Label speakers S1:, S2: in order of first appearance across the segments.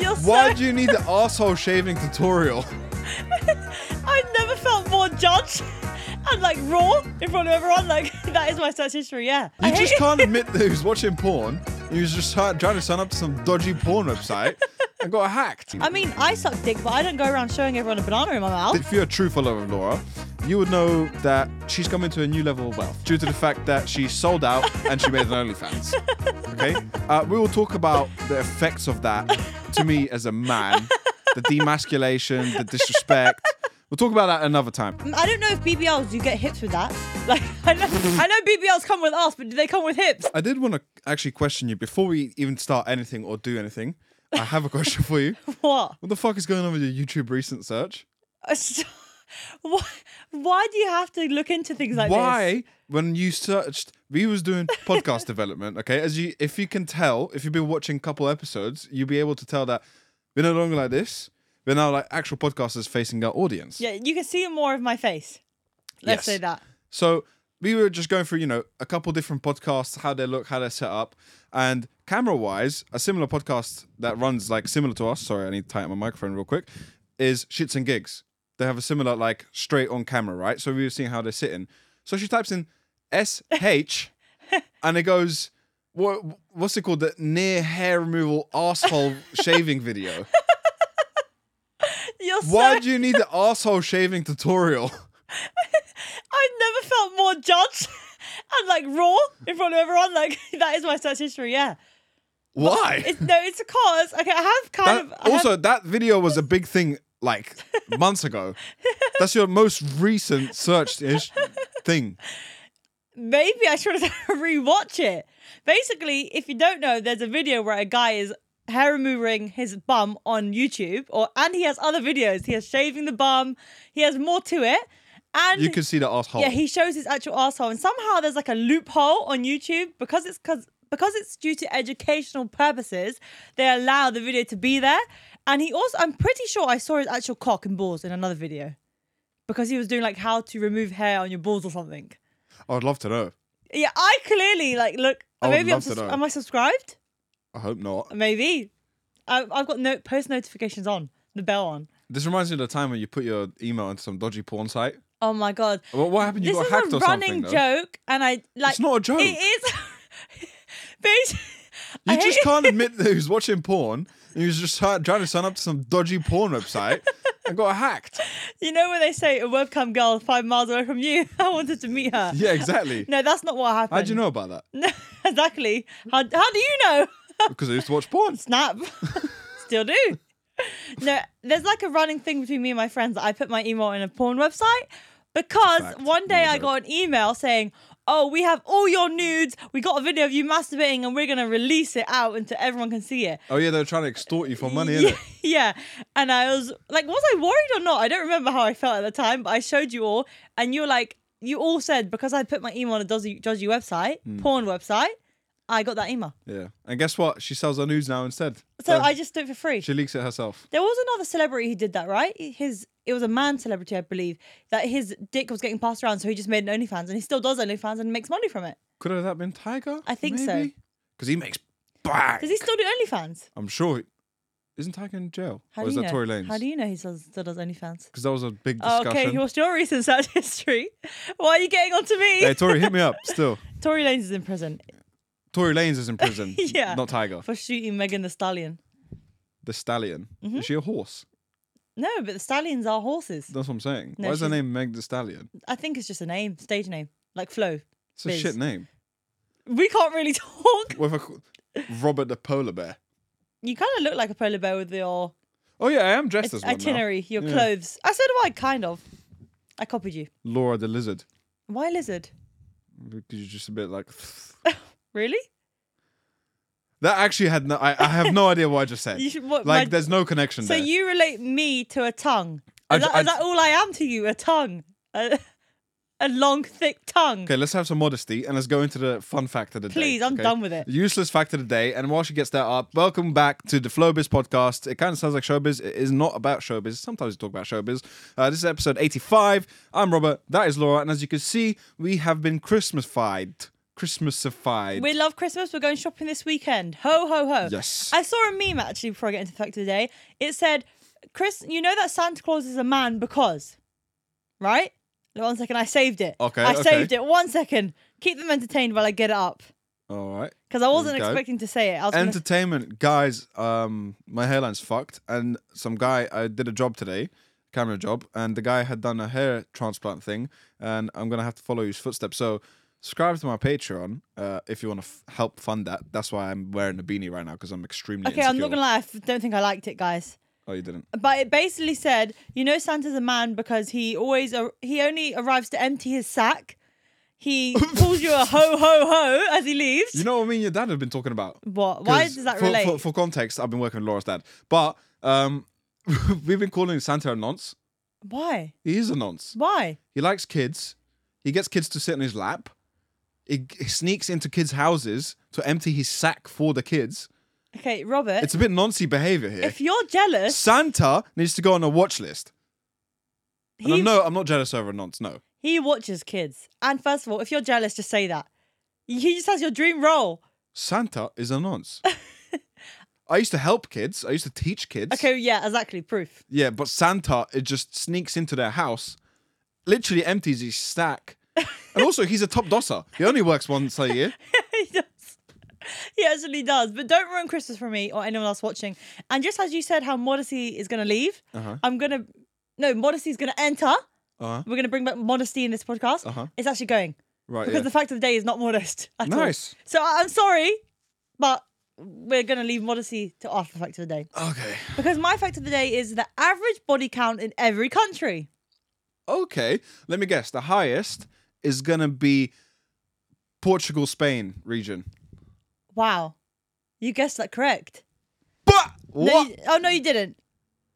S1: You're
S2: Why
S1: so.
S2: do you need the asshole shaving tutorial?
S1: I never felt more judged and like raw in front of everyone. Like that is my search history. Yeah. I
S2: You
S1: hate
S2: just
S1: it.
S2: can't admit that who's watching porn. You was just try- trying to sign up to some dodgy porn website and got hacked.
S1: I mean, I suck dick, but I don't go around showing everyone a banana in my mouth.
S2: If you're a true follower of Laura, you would know that she's come into a new level of wealth due to the fact that she sold out and she made an OnlyFans. Okay? Uh, we will talk about the effects of that to me as a man the demasculation, the disrespect. We'll talk about that another time.
S1: Mm, I don't know if BBLs you get hips with that. Like I know, I know BBLs come with ass, but do they come with hips?
S2: I did want to actually question you before we even start anything or do anything. I have a question for you.
S1: What?
S2: What the fuck is going on with your YouTube recent search?
S1: why, why do you have to look into things like
S2: why
S1: this?
S2: when you searched we was doing podcast development okay as you if you can tell if you've been watching a couple episodes you'll be able to tell that we're no longer like this we're now like actual podcasters facing our audience
S1: Yeah, you can see more of my face. Let's
S2: Yes.
S1: say that.
S2: so we were just going through you know a couple different podcasts how they look how they're set up and camera wise a similar podcast that runs like similar to us sorry i need to tighten my microphone real quick is shits and gigs they have a similar like straight on camera right so we were seeing how they're sitting so she types in sh and it goes, what what's it called? The near hair removal asshole shaving video.
S1: You're so.
S2: Why do you need the asshole shaving tutorial?
S1: I never felt more judged and like raw in front of everyone. Like that is my search history. Yeah.
S2: Why?
S1: It's, no, it's because okay, I have
S2: That-
S1: kind of I have-
S2: also, that video was a big thing like months ago. That's your most recent searched ish thing.
S1: maybe I should rewatch it. Basically, if you don't know, there's a video where a guy is hair removing his bum on YouTube, or and he has other videos. He has shaving the bum. He has more to it, and
S2: You can see the asshole.
S1: Yeah, he shows his actual asshole, and somehow there's like a loophole on YouTube because it's because because it's due to educational purposes. They allow the video to be there, and he also I'm pretty sure I saw his actual cock and balls in another video because he was doing like how to remove hair on your balls or something.
S2: I would love to know.
S1: Yeah, I clearly like look.
S2: I would
S1: maybe I'm
S2: love to
S1: sus-
S2: know.
S1: am I subscribed?
S2: I hope not.
S1: Maybe I, I've got no post notifications on the bell on.
S2: This reminds me of the time when you put your email into some dodgy porn site.
S1: Oh my god,
S2: What, what happened? You
S1: this
S2: got
S1: is
S2: hacked
S1: a
S2: or something?
S1: running
S2: though?
S1: joke, and I like
S2: It's not a joke.
S1: It is. Bitch, I
S2: You
S1: hate
S2: just
S1: it.
S2: can't admit that he was watching porn and he was just try- trying to sign up to some dodgy porn website and got hacked.
S1: You know when they say a webcam girl five miles away from you? I wanted to meet her.
S2: Yeah, exactly.
S1: No, that's not what happened.
S2: How do you know about that?
S1: No, exactly. How, how do you know?
S2: Because I used to watch porn.
S1: Snap. Still do. No, there's like a running thing between me and my friends that I put my email in a porn website because
S2: Fact.
S1: one day
S2: No
S1: I
S2: joke.
S1: got an email saying, Oh, we have all your nudes. We got a video of you masturbating and we're going to release it out until everyone can see it.
S2: Oh yeah, they were trying to extort you for money,
S1: yeah,
S2: innit?
S1: yeah. And I was like, was I worried or not? I don't remember how I felt at the time, but I showed you all, and you were like, you all said because I put my email on a dodgy, dodgy website,
S2: Hmm.
S1: porn website, I got that email.
S2: Yeah. And guess what? She sells her news now instead.
S1: So
S2: Uh,
S1: I just do it for free.
S2: she leaks it herself.
S1: There was another celebrity who did that, right? His it was a man celebrity, I believe, that his dick was getting passed around, so he just made an OnlyFans, and he still does OnlyFans and makes money from it.
S2: Could have that been Tiger?
S1: I think so.
S2: Because he makes bang.
S1: Does he still do OnlyFans?
S2: I'm sure. He- Isn't Tiger in jail?
S1: How
S2: or
S1: do
S2: is
S1: you
S2: that
S1: know?
S2: Tory Lanez?
S1: How do you know he still, still does OnlyFans?
S2: Because that was a big
S1: Oh,
S2: discussion.
S1: okay, what's your recent search history? Why are you getting onto me?
S2: hey, Tory, hit me up still.
S1: Tory Lanez is in prison
S2: Tory Lanez is in prison.
S1: Yeah.
S2: Not Tiger.
S1: for shooting Megan the Stallion.
S2: The stallion.
S1: Mm-hmm.
S2: Is she a horse?
S1: No, but the stallions are horses.
S2: That's what I'm saying.
S1: No,
S2: Why is her
S1: she's-
S2: name Meg the Stallion?
S1: I think it's just a name, stage name, like Flo.
S2: It's a
S1: Biz.
S2: shit name.
S1: We can't really talk.
S2: What if I call- Robert the Polar Bear?
S1: You kind of look like a polar bear with your
S2: Oh yeah, I am dressed as one now.
S1: itinerary, your
S2: Yeah.
S1: clothes. I said, "Why?" Kind of. I copied you.
S2: Laura the Lizard.
S1: Why lizard?
S2: Because You're just a bit like
S1: Really?
S2: that. Actually, had no. I, I have no idea what I just said.
S1: You should- what,
S2: like,
S1: my-
S2: there's no connection
S1: So
S2: there.
S1: you relate me to a tongue?
S2: I
S1: Is,
S2: ju-
S1: that,
S2: I
S1: is that all I am to you? A tongue? A, a long, thick tongue.
S2: Okay, let's have some modesty and let's go into the fun fact of the day.
S1: Please, I'm
S2: okay?
S1: done with it.
S2: Useless fact of the day. And while she gets that up, welcome back to the Flowbiz podcast. It kind of sounds like showbiz. It is not about showbiz. Sometimes we talk about showbiz. Uh, this is episode 85. I'm Robert. That is Laura. And as you can see, we have been Christmas-fied. Christmasified.
S1: We love Christmas. We're going shopping this weekend. Ho ho ho.
S2: Yes.
S1: I saw a meme actually before I get into the fact of the day. It said, Chris, you know that Santa Claus is a man because right? One second, I saved it.
S2: Okay,
S1: I
S2: okay.
S1: saved it. One second. Keep them entertained while I get it up.
S2: All right.
S1: Because I wasn't
S2: go.
S1: expecting to say it. I was gonna-
S2: Entertainment guys, um, my hairline's fucked, and some guy I did a job today, camera job, and the guy had done a hair transplant thing, and I'm gonna have to follow his footsteps. So, subscribe to my Patreon uh, if you want to f- help fund that. That's why I'm wearing a beanie right now because I'm extremely
S1: Okay, I'm not
S2: insecure.
S1: gonna lie, I f- don't think I liked it, guys.
S2: Oh, you didn't.
S1: But it basically said, you know, Santa's a man because he always ar- he only arrives to empty his sack. He calls you a ho ho ho as he leaves.
S2: You know what me and your dad have been talking about?
S1: what? Why
S2: 'Cause
S1: does that
S2: for,
S1: relate?
S2: For, for context, I've been working with Laura's dad, but um, we've been calling Santa a nonce.
S1: Why?
S2: He is a nonce.
S1: Why?
S2: He likes kids. He gets kids to sit on his lap. He, he sneaks into kids' houses to empty his sack for the kids.
S1: Okay, Robert.
S2: It's a bit noncy behavior here.
S1: if you're jealous,
S2: Santa needs to go on a watch list. And
S1: he,
S2: I'm, no, I'm not jealous over a nonce. No,
S1: he watches kids. And first of all, if you're jealous, just say that. He just has your dream role.
S2: Santa is a nonce. I used to help kids. I used to teach kids.
S1: Okay, yeah, exactly. Proof.
S2: Yeah, but Santa it just sneaks into their house, literally empties his stack. and also, he's a top dosser. He only works once a year.
S1: he does. He actually does. But don't ruin Christmas for me or anyone else watching. And just as you said, how modesty is going to leave,
S2: Uh-huh.
S1: I'm going to. No, modesty is going to enter.
S2: Uh-huh.
S1: We're going to bring back modesty in this podcast.
S2: Uh-huh.
S1: It's actually going
S2: Right.
S1: because
S2: yeah.
S1: the fact of the day is not modest. At all.
S2: Nice.
S1: So I- I'm sorry, but we're going to leave modesty to after the fact of the day.
S2: okay.
S1: Because my fact of the day is the average body count in every country.
S2: Okay, let me guess. The highest is gonna be Portugal, Spain region.
S1: Wow. You guessed that correct.
S2: But
S1: No,
S2: what?
S1: you- oh, no, you didn't.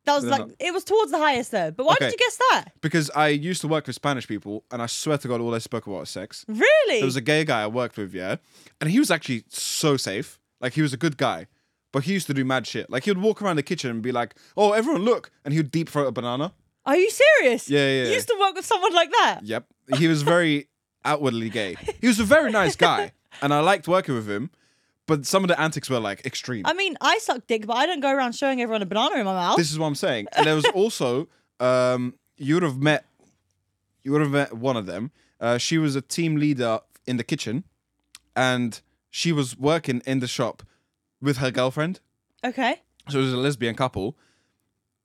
S1: That was
S2: Did I
S1: like,
S2: not?
S1: it was towards the highest though. But why
S2: Okay.
S1: did you guess that?
S2: Because I used to work with Spanish people, and I swear to God, all they spoke about was sex.
S1: Really?
S2: There was a gay guy I worked with, yeah, and he was actually so safe. Like he was a good guy, but he used to do mad shit. Like he would walk around the kitchen and be like, "Oh, everyone, look!" and he would deep throat a banana.
S1: Are you serious?
S2: Yeah, yeah,
S1: You
S2: yeah.
S1: used to work with someone like that.
S2: Yep. He was very outwardly gay. He was a very nice guy, and I liked working with him. But some of the antics were like extreme.
S1: I mean, I suck dick, but I don't go around showing everyone a banana in my mouth.
S2: This is what I'm saying. And there was also um, you would have met you would have met one of them. Uh, she was a team leader in the kitchen, and she was working in the shop with her girlfriend.
S1: okay.
S2: So it was a lesbian couple,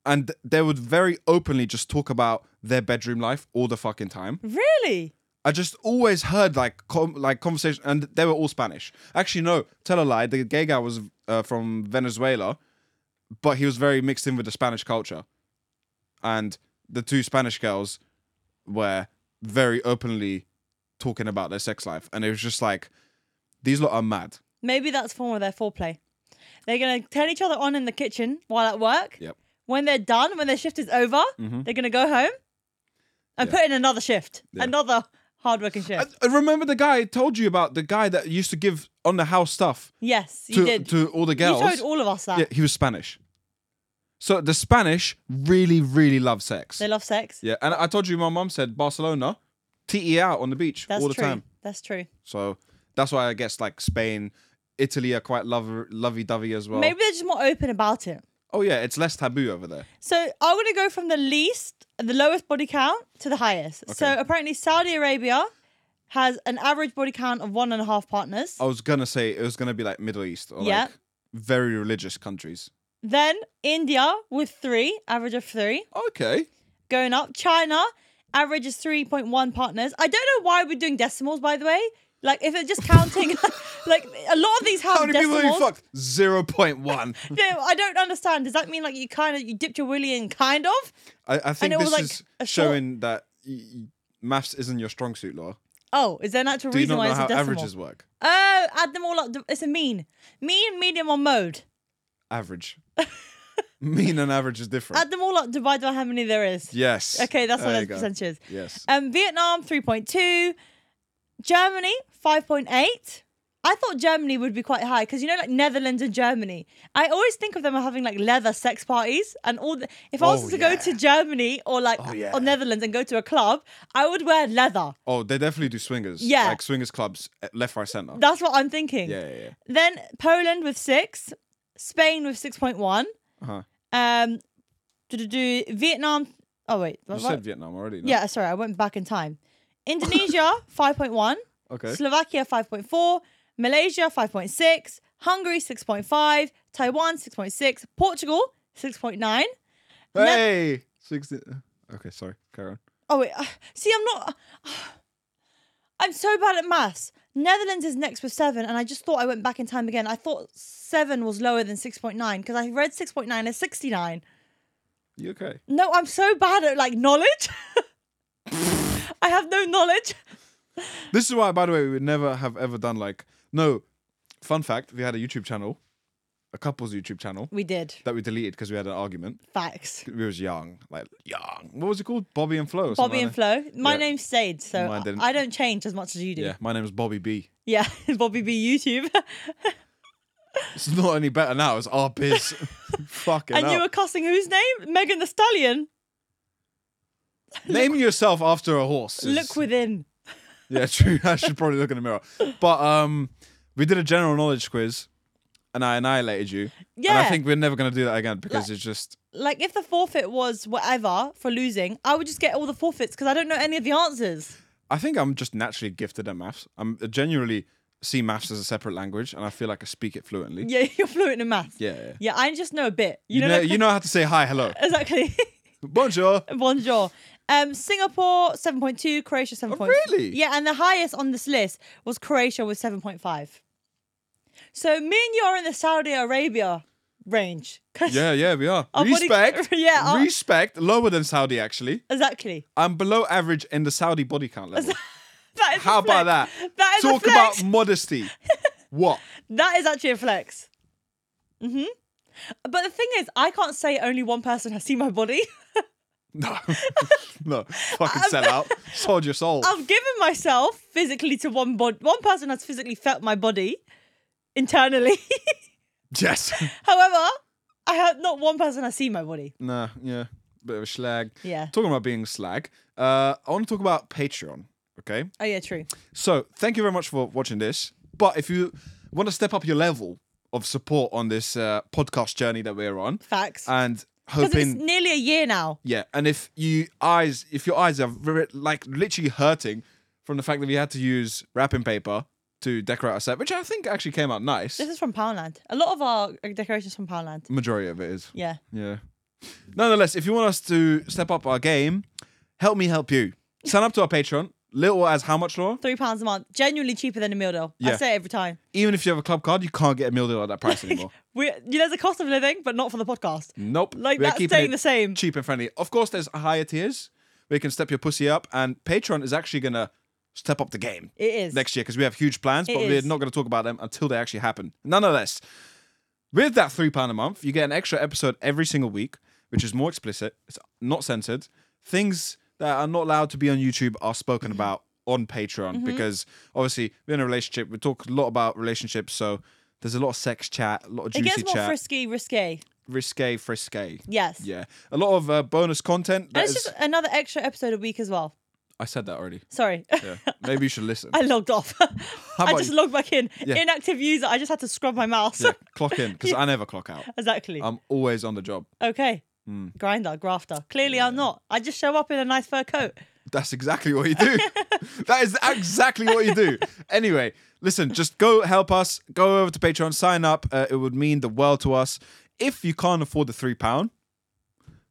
S2: and they would very openly just talk about their bedroom life all the fucking time.
S1: Really?
S2: I just always heard like com- like conversation, and they were all Spanish. Actually, no, tell a lie. The gay guy was uh, from Venezuela, but he was very mixed in with the Spanish culture, and the two Spanish girls were very openly talking about their sex life, and it was just like these lot are mad.
S1: Maybe that's form of their foreplay. They're gonna turn each other on in the kitchen while at work.
S2: Yep. Mm-hmm.
S1: When they're done, when their shift is over, they're gonna go home and
S2: Yeah.
S1: put in another shift, another hardworking shift.
S2: I, I Uh, remember the guy I told you about the guy that used to give on the house stuff
S1: yes, you
S2: to
S1: did.
S2: to all the girls.
S1: You showed all of us that
S2: yeah, he was Spanish. So the Spanish really, really love sex.
S1: they love sex.
S2: Yeah, and I told you my mum said Barcelona, TE out on the beach
S1: That's
S2: all the
S1: true.
S2: time.
S1: That's true.
S2: So that's why I guess like Spain, Italy are quite lov- lovey dovey as well.
S1: Maybe they're just more open about it.
S2: Oh yeah, it's less taboo over there.
S1: So I'm gonna go from the least, the lowest body count to the highest. So apparently Saudi Arabia has an average body count of one and a half partners.
S2: I was gonna say it was gonna be like Middle East or
S1: Yeah.
S2: like very religious countries.
S1: Then India with three, average of three,
S2: Okay.
S1: going up. China, average is 3.1 partners. I don't know why we're doing decimals, by the way. Like if they're just counting, like a lot of these have
S2: How many
S1: decimals.
S2: people have you fucked? Zero point one.
S1: No, I don't understand. Does that mean like you kind of you dipped your willy in, kind of?
S2: I, I think
S1: it was,
S2: this
S1: like,
S2: is
S1: a short-
S2: showing that y- y- maths isn't your strong suit, Laura.
S1: Oh, is there an actual
S2: Do you
S1: reason
S2: not
S1: why
S2: know
S1: it's
S2: how
S1: a decimal?
S2: averages work?
S1: Oh, add them all up. It's a mean, mean, medium, or mode.
S2: Average. mean and average is different.
S1: Add them all up, divide by how many there is.
S2: yes.
S1: Okay, that's what
S2: There you
S1: those
S2: go.
S1: percentages.
S2: Yes.
S1: Um, Vietnam three point two, Germany five point eight. I I thought Germany would be quite high because you know, like Netherlands and Germany. I always think of them as having like leather sex parties and all. The, if I was
S2: Oh,
S1: to
S2: yeah. Oh,
S1: go to Germany or like
S2: yeah.
S1: or Netherlands and go to a club, I would wear leather.
S2: Oh, they definitely do swingers.
S1: Yeah.
S2: Like swingers clubs, eh, left, right, center.
S1: That's what I'm thinking.
S2: yeah, yeah, yeah.
S1: Then Poland with six, Spain with six point one.
S2: Uh-huh.
S1: Um, do Vietnam. Oh wait,
S2: You
S1: what-
S2: said Vietnam already. No?
S1: yeah. Sorry, I went back in time. Indonesia five point one.
S2: Okay.
S1: Slovakia 5.4, Malaysia 5.6, Hungary 6.5, Taiwan 6.6, Portugal 6.9.
S2: hey! 60. Okay, sorry. Carry on.
S1: Oh wait, see I'm not uh, I'm so bad at maths. Netherlands is next with 7 and I just thought I went back in time again. I thought 7 was lower than 6.9 because I read 6.9 as 69.
S2: You okay?
S1: No, I'm so bad at like knowledge. I have no knowledge.
S2: This is why, by the way, we would never have ever done like. No, fun fact we had a YouTube channel, a couple's YouTube channel
S1: We did.
S2: that we deleted because we had an argument.
S1: Facts.
S2: We was young, like young. What was it called? Bobby and Flo. or something
S1: Bobby and
S2: like
S1: Flo. My
S2: Yeah.
S1: name stayed, so
S2: Mine
S1: I-
S2: didn't.
S1: I don't change as much as you do.
S2: that. Yeah, my name is Bobby B.
S1: Yeah, Bobby B YouTube.
S2: It's not any better now. It's our biz. Fucking
S1: and you
S2: hell.
S1: were cussing whose name? Megan the Stallion.
S2: Name yourself after a horse. is-
S1: Look within.
S2: Yeah, true. I should probably look in the mirror. But um, we did a general knowledge quiz, and I annihilated you. And
S1: Yeah.
S2: I think we're never gonna do that again because it's just
S1: Like if the forfeit was whatever for losing, I would just get all the forfeits because I don't know any of the answers.
S2: I think I'm just naturally gifted at maths. I'm I genuinely see maths as a separate language, and I feel like I speak it fluently.
S1: Yeah, you're fluent in maths.
S2: Yeah, yeah.
S1: Yeah, I just know a bit. You,
S2: You,
S1: know,
S2: know,
S1: like-
S2: you know how to say hi, hello,
S1: exactly.
S2: bonjour.
S1: Bonjour. Um, Singapore seven point two, Croatia seven point.
S2: Oh, really?
S1: Yeah, and the highest on this list was Croatia with seven point five. So me and you are in the Saudi Arabia range. 'Cause-
S2: Yeah, yeah, we are.
S1: Our body-
S2: respect,
S1: Yeah, our-
S2: respect. Lower than Saudi, actually.
S1: exactly.
S2: I'm below average in the Saudi body count level.
S1: That is a
S2: How about that?
S1: flex. That is a
S2: Talk
S1: flex.
S2: about modesty. what?
S1: That is actually a flex. hmm But the thing is, I can't say only one person has seen my body.
S2: No, no, fucking sell out. Sold your soul.
S1: I've given myself physically to one bod. One person has physically felt my body internally.
S2: yes.
S1: However, I have not one person has seen my body.
S2: nah, yeah, bit of a slag.
S1: Yeah.
S2: Talking about being slag, uh, I want to talk about Patreon. Okay.
S1: Oh yeah, true.
S2: So thank you very much for watching this. But if you want to step up your level of support on this uh, podcast journey that we're on,
S1: Facts.
S2: and
S1: Because it's
S2: hoping,
S1: nearly a year now.
S2: yeah, and if you eyes, if your eyes are very, like literally hurting from the fact that we had to use wrapping paper to decorate our set, which I think actually came out nice.
S1: This is from Poundland. A lot of our decorations from Poundland.
S2: Majority of it is.
S1: Yeah.
S2: Yeah. Nonetheless, if you want us to step up our game, help me help you. Sign up to our Patreon. Little as how much, Laura?
S1: Three pounds a month. Genuinely cheaper than a meal deal. I
S2: Yeah.
S1: say it every time.
S2: Even if you have a club card, you can't get a meal deal at that price anymore.
S1: We, you know, there's a cost of living, but not for the podcast.
S2: Nope.
S1: Like,
S2: we are
S1: that's
S2: keeping
S1: staying
S2: it
S1: the same.
S2: Cheap and friendly. Of course, there's higher tiers where you can step your pussy up, and Patreon is actually going to step up the game
S1: It is.
S2: next year because we have huge plans,
S1: It
S2: but
S1: is.
S2: we're not going to talk about them until they actually happen. Nonetheless, with that £3 a month, you get an extra episode every single week, which is more explicit. It's not censored. Things that are not allowed to be on YouTube are
S1: Mm-hmm.
S2: spoken about on Patreon because obviously we're in a relationship. We talk a lot about relationships, so there's a lot of sex chat, a lot of
S1: it
S2: juicy
S1: gets more
S2: chat,
S1: frisky, risque.
S2: risque, frisque.
S1: Yes.
S2: Yeah, a lot of uh, bonus content. That
S1: And
S2: is,
S1: it's just another extra episode a week as well.
S2: I said that already.
S1: Sorry.
S2: Yeah, maybe you should listen.
S1: I logged off. I
S2: about
S1: just
S2: you?
S1: logged back in.
S2: Yeah.
S1: Inactive user. I just had to scrub my mouse.
S2: yeah, Um, clock in because I never clock out.
S1: exactly.
S2: I'm always on the job.
S1: okay.
S2: hmm.
S1: Grinder, grafter. Clearly I'm not. I just show up in a nice fur coat.
S2: That's exactly what you do. that is exactly what you do. Anyway, listen, just go help us. Go over to Patreon, sign up. Uh, it would mean the world to us. If you can't afford the three pound,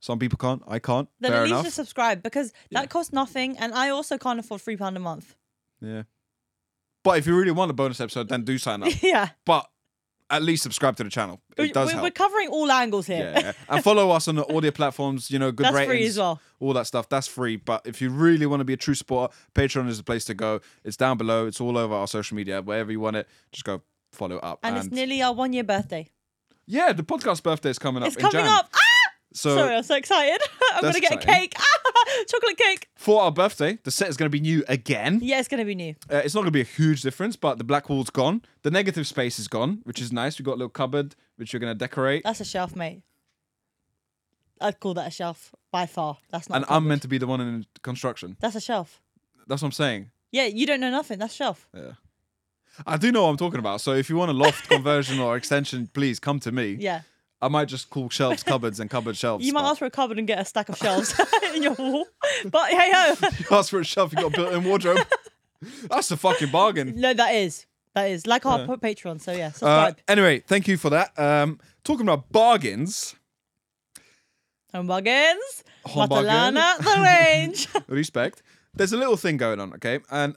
S2: some people can't. I can't.
S1: Then
S2: Fair
S1: at least
S2: enough.
S1: just subscribe because that costs nothing and I also can't afford three pound a month.
S2: Yeah. But if you really want a bonus episode, then do sign up.
S1: yeah.
S2: but at least subscribe to the channel.
S1: We-
S2: It does
S1: we're,
S2: help.
S1: we're covering all angles here.
S2: yeah, yeah. And follow us on the audio platforms, you know, good
S1: That's free
S2: ratings.
S1: as well.
S2: All that stuff. That's free. But if you really want to be a true supporter, Patreon is the place to go. It's down below. It's all over our social media. Wherever you want it, just go follow up.
S1: and, it's nearly our one year birthday.
S2: yeah, the podcast birthday is coming up.
S1: It's
S2: Oh, in
S1: coming
S2: Jan.
S1: up. Ah!
S2: So
S1: Sorry, I'm so excited. I'm gonna
S2: That's
S1: get a
S2: exciting.
S1: cake, chocolate cake.
S2: for our birthday, the set is going to be new again.
S1: Yeah, it's gonna be new.
S2: Uh, it's not going to be a huge difference, but the black wall's gone. The negative space is gone, which is nice. We've got a little cupboard, which you're going to decorate.
S1: That's a shelf, mate. I'd call that a shelf by far. That's not.
S2: and
S1: a
S2: I'm
S1: cupboard.
S2: meant to be the one in construction.
S1: That's a shelf.
S2: That's what I'm saying.
S1: Yeah, you don't know nothing. That's shelf.
S2: Yeah. I do know what I'm talking about. So if you want a loft conversion or extension, please come to me.
S1: Yeah.
S2: I might just call shelves cupboards and cupboard shelves.
S1: You might
S2: but
S1: ask for a cupboard and get a stack of shelves in your wall. But hey ho.
S2: you ask for a shelf, you got a built-in wardrobe. That's a fucking bargain.
S1: No, that is. That is. Like our pa- Patreon. So yeah,
S2: Uh,
S1: subscribe.
S2: anyway, thank you for that. Um, talking about bargains,
S1: Home bargains.
S2: Home bargain.
S1: Matalana the range.
S2: respect. There's a little thing going on, okay, and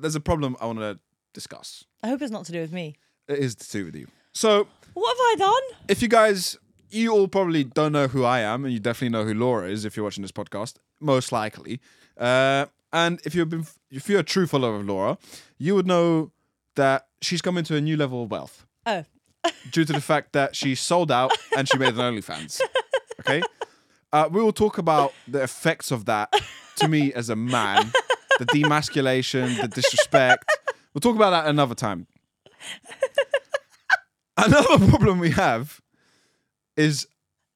S2: there's a problem I want to discuss.
S1: I hope it's not to do with me.
S2: It is to do with you. So
S1: What have I done?
S2: if you guys, you all probably don't know who I am, and you definitely know who Laura is if you're watching this podcast, most likely. Uh, and if you've been, if you're a true follower of Laura, you would know that she's come into a new level of wealth
S1: Oh.
S2: due to the fact that she sold out and she made an OnlyFans. Okay, uh, we will talk about the effects of that to me as a man, the demasculation, the disrespect. We'll talk about that another time. Another problem we have is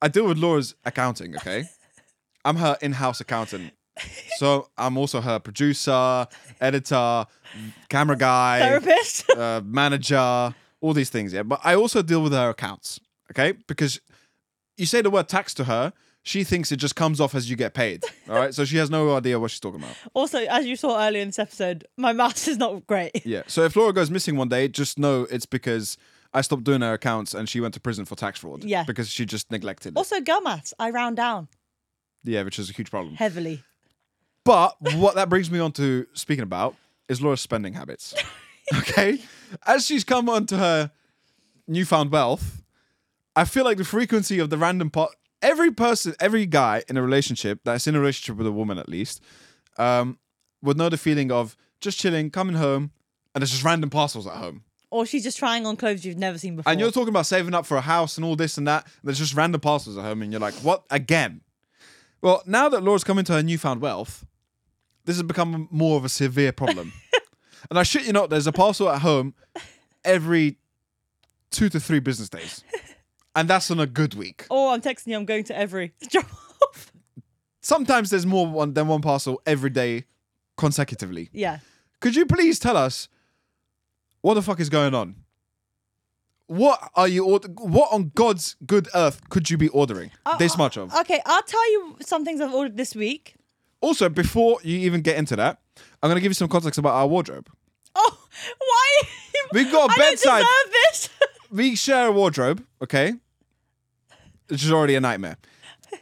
S2: I deal with Laura's accounting, okay? I'm her in house accountant. So I'm also her producer, editor, camera guy,
S1: Therapist.
S2: uh, manager, all these things, yeah. But I also deal with her accounts, okay? Because you say the word tax to her, she thinks it just comes off as you get paid, all right? So she has no idea what she's talking about.
S1: also, as you saw earlier in this episode, my maths is not great.
S2: Yeah. So if Laura goes missing one day, just know it's because I stopped doing her accounts and she went to prison for tax fraud.
S1: Yeah.
S2: Because she just neglected it.
S1: Also, girl maths. I round down
S2: Yeah, which is a huge problem.
S1: heavily.
S2: But what that brings me on to speaking about is Laura's spending habits. Okay. As she's come onto her newfound wealth, I feel like the frequency of the random part, every person, every guy in a relationship that's in a relationship with a woman at least, um, would know the feeling of just chilling, coming home, and there's just random parcels at home.
S1: Or she's just trying on clothes you've never seen before.
S2: And you're talking about saving up for a house and all this and that. and there's just random parcels at home, and you're like, what again? Well, now that Laura's come into her newfound wealth, this has become more of a severe problem. and I shit you not, there's a parcel at home every two to three business days. And that's on a good week.
S1: Oh, I'm texting you. I'm going to every drop off.
S2: Sometimes there's more one, than one parcel every day consecutively.
S1: Yeah.
S2: Could you please tell us what the fuck is going on? What are you order? What on God's good earth could you be ordering
S1: Uh,
S2: this much of?
S1: Okay, I'll tell you some things I've ordered this week.
S2: also, before you even get into that, I'm gonna give you some context about our wardrobe.
S1: Oh, why?
S2: We got a
S1: I
S2: bedside.
S1: Don't deserve this.
S2: We share a wardrobe, okay? Which is already a nightmare.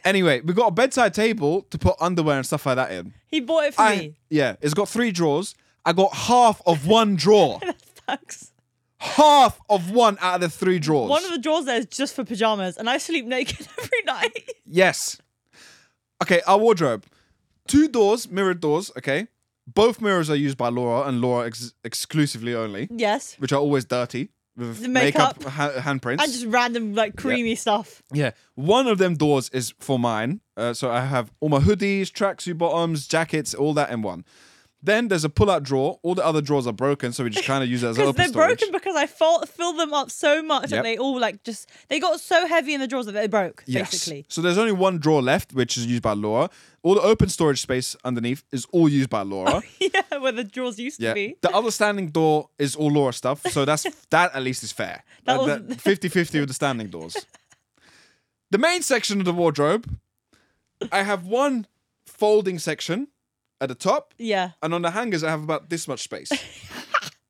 S2: Anyway, we got a bedside table to put underwear and stuff like that in.
S1: he bought it for
S2: I,
S1: me.
S2: yeah, it's got three drawers. I got half of one drawer.
S1: Thanks.
S2: half of one out of the three drawers.
S1: One of the drawers there is just for pajamas, and I sleep naked every night.
S2: Yes. Okay, our wardrobe. Two doors, mirrored doors, okay? Both mirrors are used by Laura and Laura ex- exclusively only,
S1: Yes.
S2: which are always dirty with
S1: The
S2: makeup,
S1: makeup.
S2: ha- handprints.
S1: And just random, like, creamy stuff.
S2: yeah, one of them doors is for mine. Uh, so I have all my hoodies, tracksuit bottoms, jackets, all that in one. Then there's a pull-out drawer. All the other drawers are broken, so we just kind of use it as
S1: Because
S2: open
S1: they're
S2: storage.
S1: broken because I fill, fill them up so much
S2: Yep.
S1: that they all, like, just. They got so heavy in the drawers that they broke,
S2: Yes.
S1: basically.
S2: So there's only one drawer left, which is used by Laura. All the open storage space underneath is all used by Laura.
S1: yeah, where the drawers used
S2: Yeah.
S1: to be.
S2: The other standing door is all Laura stuff, so that's that at least is fair.
S1: That
S2: That- that 50-50 with the standing doors. The main section of the wardrobe, I have one folding section at the top,
S1: Yeah.
S2: and on the hangers I have about this much space.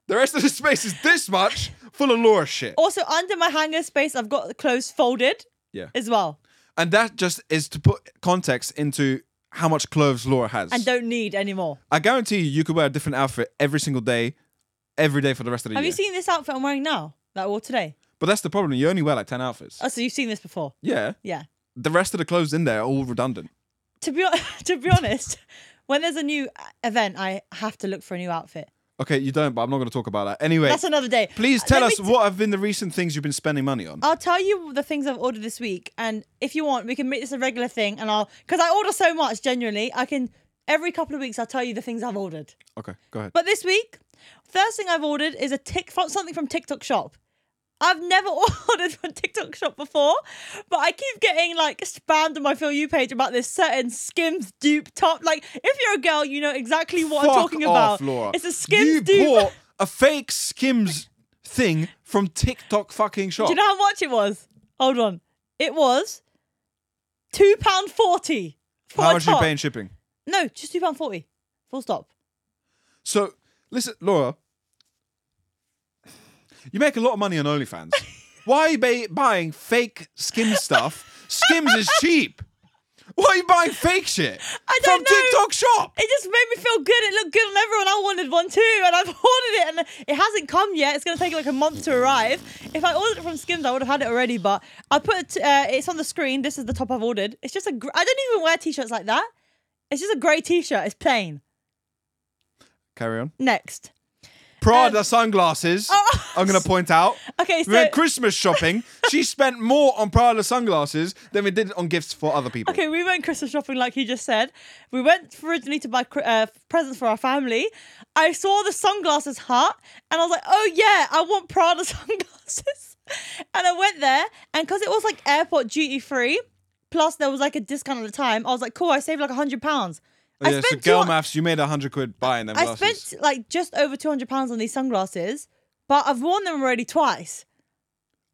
S2: the rest of the space is this much full of Laura shit.
S1: Also, under my hanger space, I've got the clothes folded
S2: Yeah.
S1: as well.
S2: And that just is to put context into how much clothes Laura has.
S1: And don't need anymore.
S2: I guarantee you you could wear a different outfit every single day, every day for the rest of the
S1: Have
S2: year.
S1: you seen this outfit I'm wearing now that I wore today?
S2: but that's the problem, you only wear like 10 outfits.
S1: Oh, so you've seen this before?
S2: yeah.
S1: Yeah.
S2: the rest of the clothes in there are all redundant.
S1: To be hon- to be honest, when there's a new uh, event, I have to look for a new outfit.
S2: Okay, you don't, but I'm not going to talk about that. Anyway,
S1: That's another day. Uh,
S2: please tell
S1: Let me Oh.
S2: us what have been the recent things you've been spending money on.
S1: I'll tell you the things I've ordered this week, and if you want, we can make this a regular thing. And I'll, because I order so much, genuinely, I can every couple of weeks I'll tell you the things I've ordered.
S2: Okay, go ahead.
S1: But this week, first thing I've ordered is a tick from something from TikTok Shop. I've never ordered from TikTok Shop before, but I keep getting like spammed on my For You page about this certain Skims dupe top. Like, if you're a girl, you know exactly what
S2: Fuck
S1: I'm talking
S2: off,
S1: about.
S2: Laura.
S1: It's a Skims
S2: you
S1: dupe.
S2: bought a fake Skims thing from TikTok fucking shop.
S1: Do you know how much it was? Hold on. It was two pound forty.
S2: How much are you paying shipping?
S1: No, just two pound forty. Full stop.
S2: So listen, Laura, you make a lot of money on OnlyFans. Why are you ba- buying fake Skims stuff? Skims is cheap. Why are you buying fake shit
S1: I don't
S2: from
S1: know.
S2: TikTok shop?
S1: It just made me feel good. It looked good on everyone. I wanted one too, and I've ordered it, and it hasn't come yet. It's gonna take like a month to arrive. If I ordered it from Skims, I would have had it already. But I put uh, it's on the screen. This is the top I've ordered. It's just a. Gr- I don't even wear t-shirts like that. It's just a grey t-shirt. It's plain.
S2: Carry on.
S1: Next.
S2: Prada sunglasses. I'm gonna point out.
S1: Okay, Oh. so
S2: We went Christmas shopping. she spent more on Prada sunglasses than we did on gifts for other people.
S1: Okay, we went Christmas shopping, like you just said. We went originally to buy cri- uh, presents for our family. I saw the sunglasses hut, and I was like, "Oh yeah, I want Prada sunglasses." and I went there, and because it was like airport duty free, plus there was like a discount at the time, I was like, "Cool, I saved like a hundred pounds." I
S2: Oh, yeah, so
S1: spent
S2: girl
S1: two-
S2: maths, you made a hundred quid buying them
S1: I
S2: glasses.
S1: spent like just over two hundred pounds on these sunglasses, but I've worn them already twice.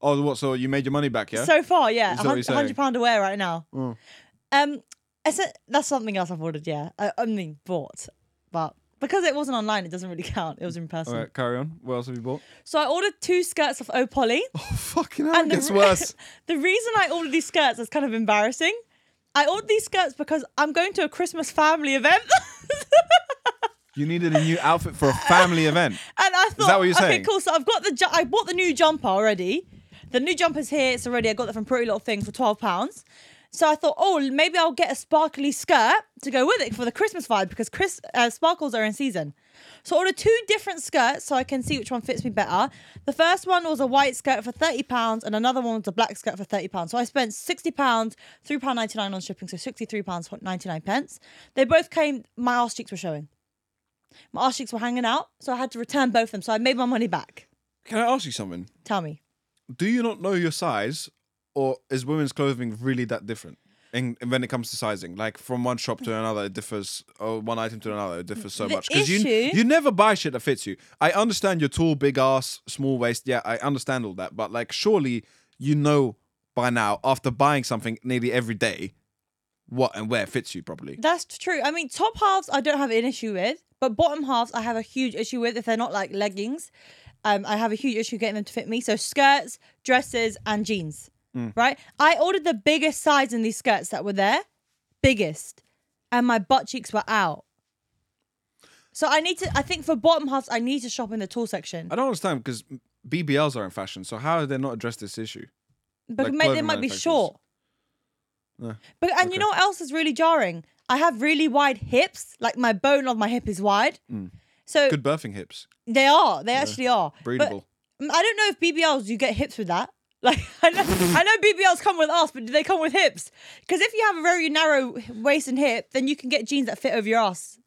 S2: oh, what? So you made your money back, yeah?
S1: So far, yeah,
S2: Is that what you're saying? Mm.
S1: hundred pound a wear right now. Um, I said that's something else I've ordered. Yeah, I, I mean bought, but because it wasn't online, it doesn't really count. It was in person.
S2: All right, carry on. What else have you bought?
S1: So I ordered two skirts off Opoly.
S2: Fucking hell, Oh, it gets
S1: re-
S2: worse.
S1: the reason I ordered these skirts is kind of embarrassing. I ordered these skirts because I'm going to a Christmas family event,
S2: You needed a new outfit for a family event.
S1: and I thought,
S2: that what you're
S1: okay,
S2: saying?
S1: cool. So I've got the ju- I bought the new jumper already. The new jumper's here. It's already. I got that from Pretty Little Thing for twelve pounds. So I thought, oh, maybe I'll get a sparkly skirt to go with it for the Christmas vibe because Chris, uh, sparkles are in season. So I ordered two different skirts so I can see which one fits me better. The first one was a white skirt for thirty pounds, and another one was a black skirt for thirty pounds. So I spent sixty pounds, three pound ninety nine on shipping, so sixty three pounds ninety nine pence. They both came. My arse cheeks were showing. My arse cheeks were hanging out, so I had to return both of them. So I made my money back.
S2: Can I ask you something?
S1: Tell me.
S2: Do you not know your size, or is women's clothing really that different? In, in- when it comes to sizing, like from one shop to another, it differs. Or one item to another, it differs so
S1: The
S2: much because you
S1: issue-
S2: you never buy shit that fits you. I understand your tall, big ass, small waist. Yeah, I understand all that, but like, surely you know by now after buying something nearly every day, what and where fits you properly.
S1: That's true. I mean, top halves I don't have an issue with, but bottom halves I have a huge issue with if they're not like leggings. Um, I have a huge issue getting them to fit me. So skirts, dresses, and jeans. Right? I ordered the biggest size in these skirts that were there, biggest, and my butt cheeks were out. So I need to. I think for bottom halves, I need to shop in the tall section.
S2: I don't understand because BBLs are in fashion, so how have they not addressed this issue?
S1: But
S2: Like
S1: may- they
S2: clothing
S1: might be
S2: manufacturers.
S1: short.
S2: No.
S1: But and you know what else is really jarring? I have really wide hips. Like my bone of my hip is wide. So
S2: Mm. Good birthing hips.
S1: they are. They actually are.
S2: breedable.
S1: But mm, I don't know if BBLs you get hips with that. Like I know, I know BBLs come with ass, but do they come with hips? Because if you have a very narrow waist and hip, then you can get jeans that fit over your ass,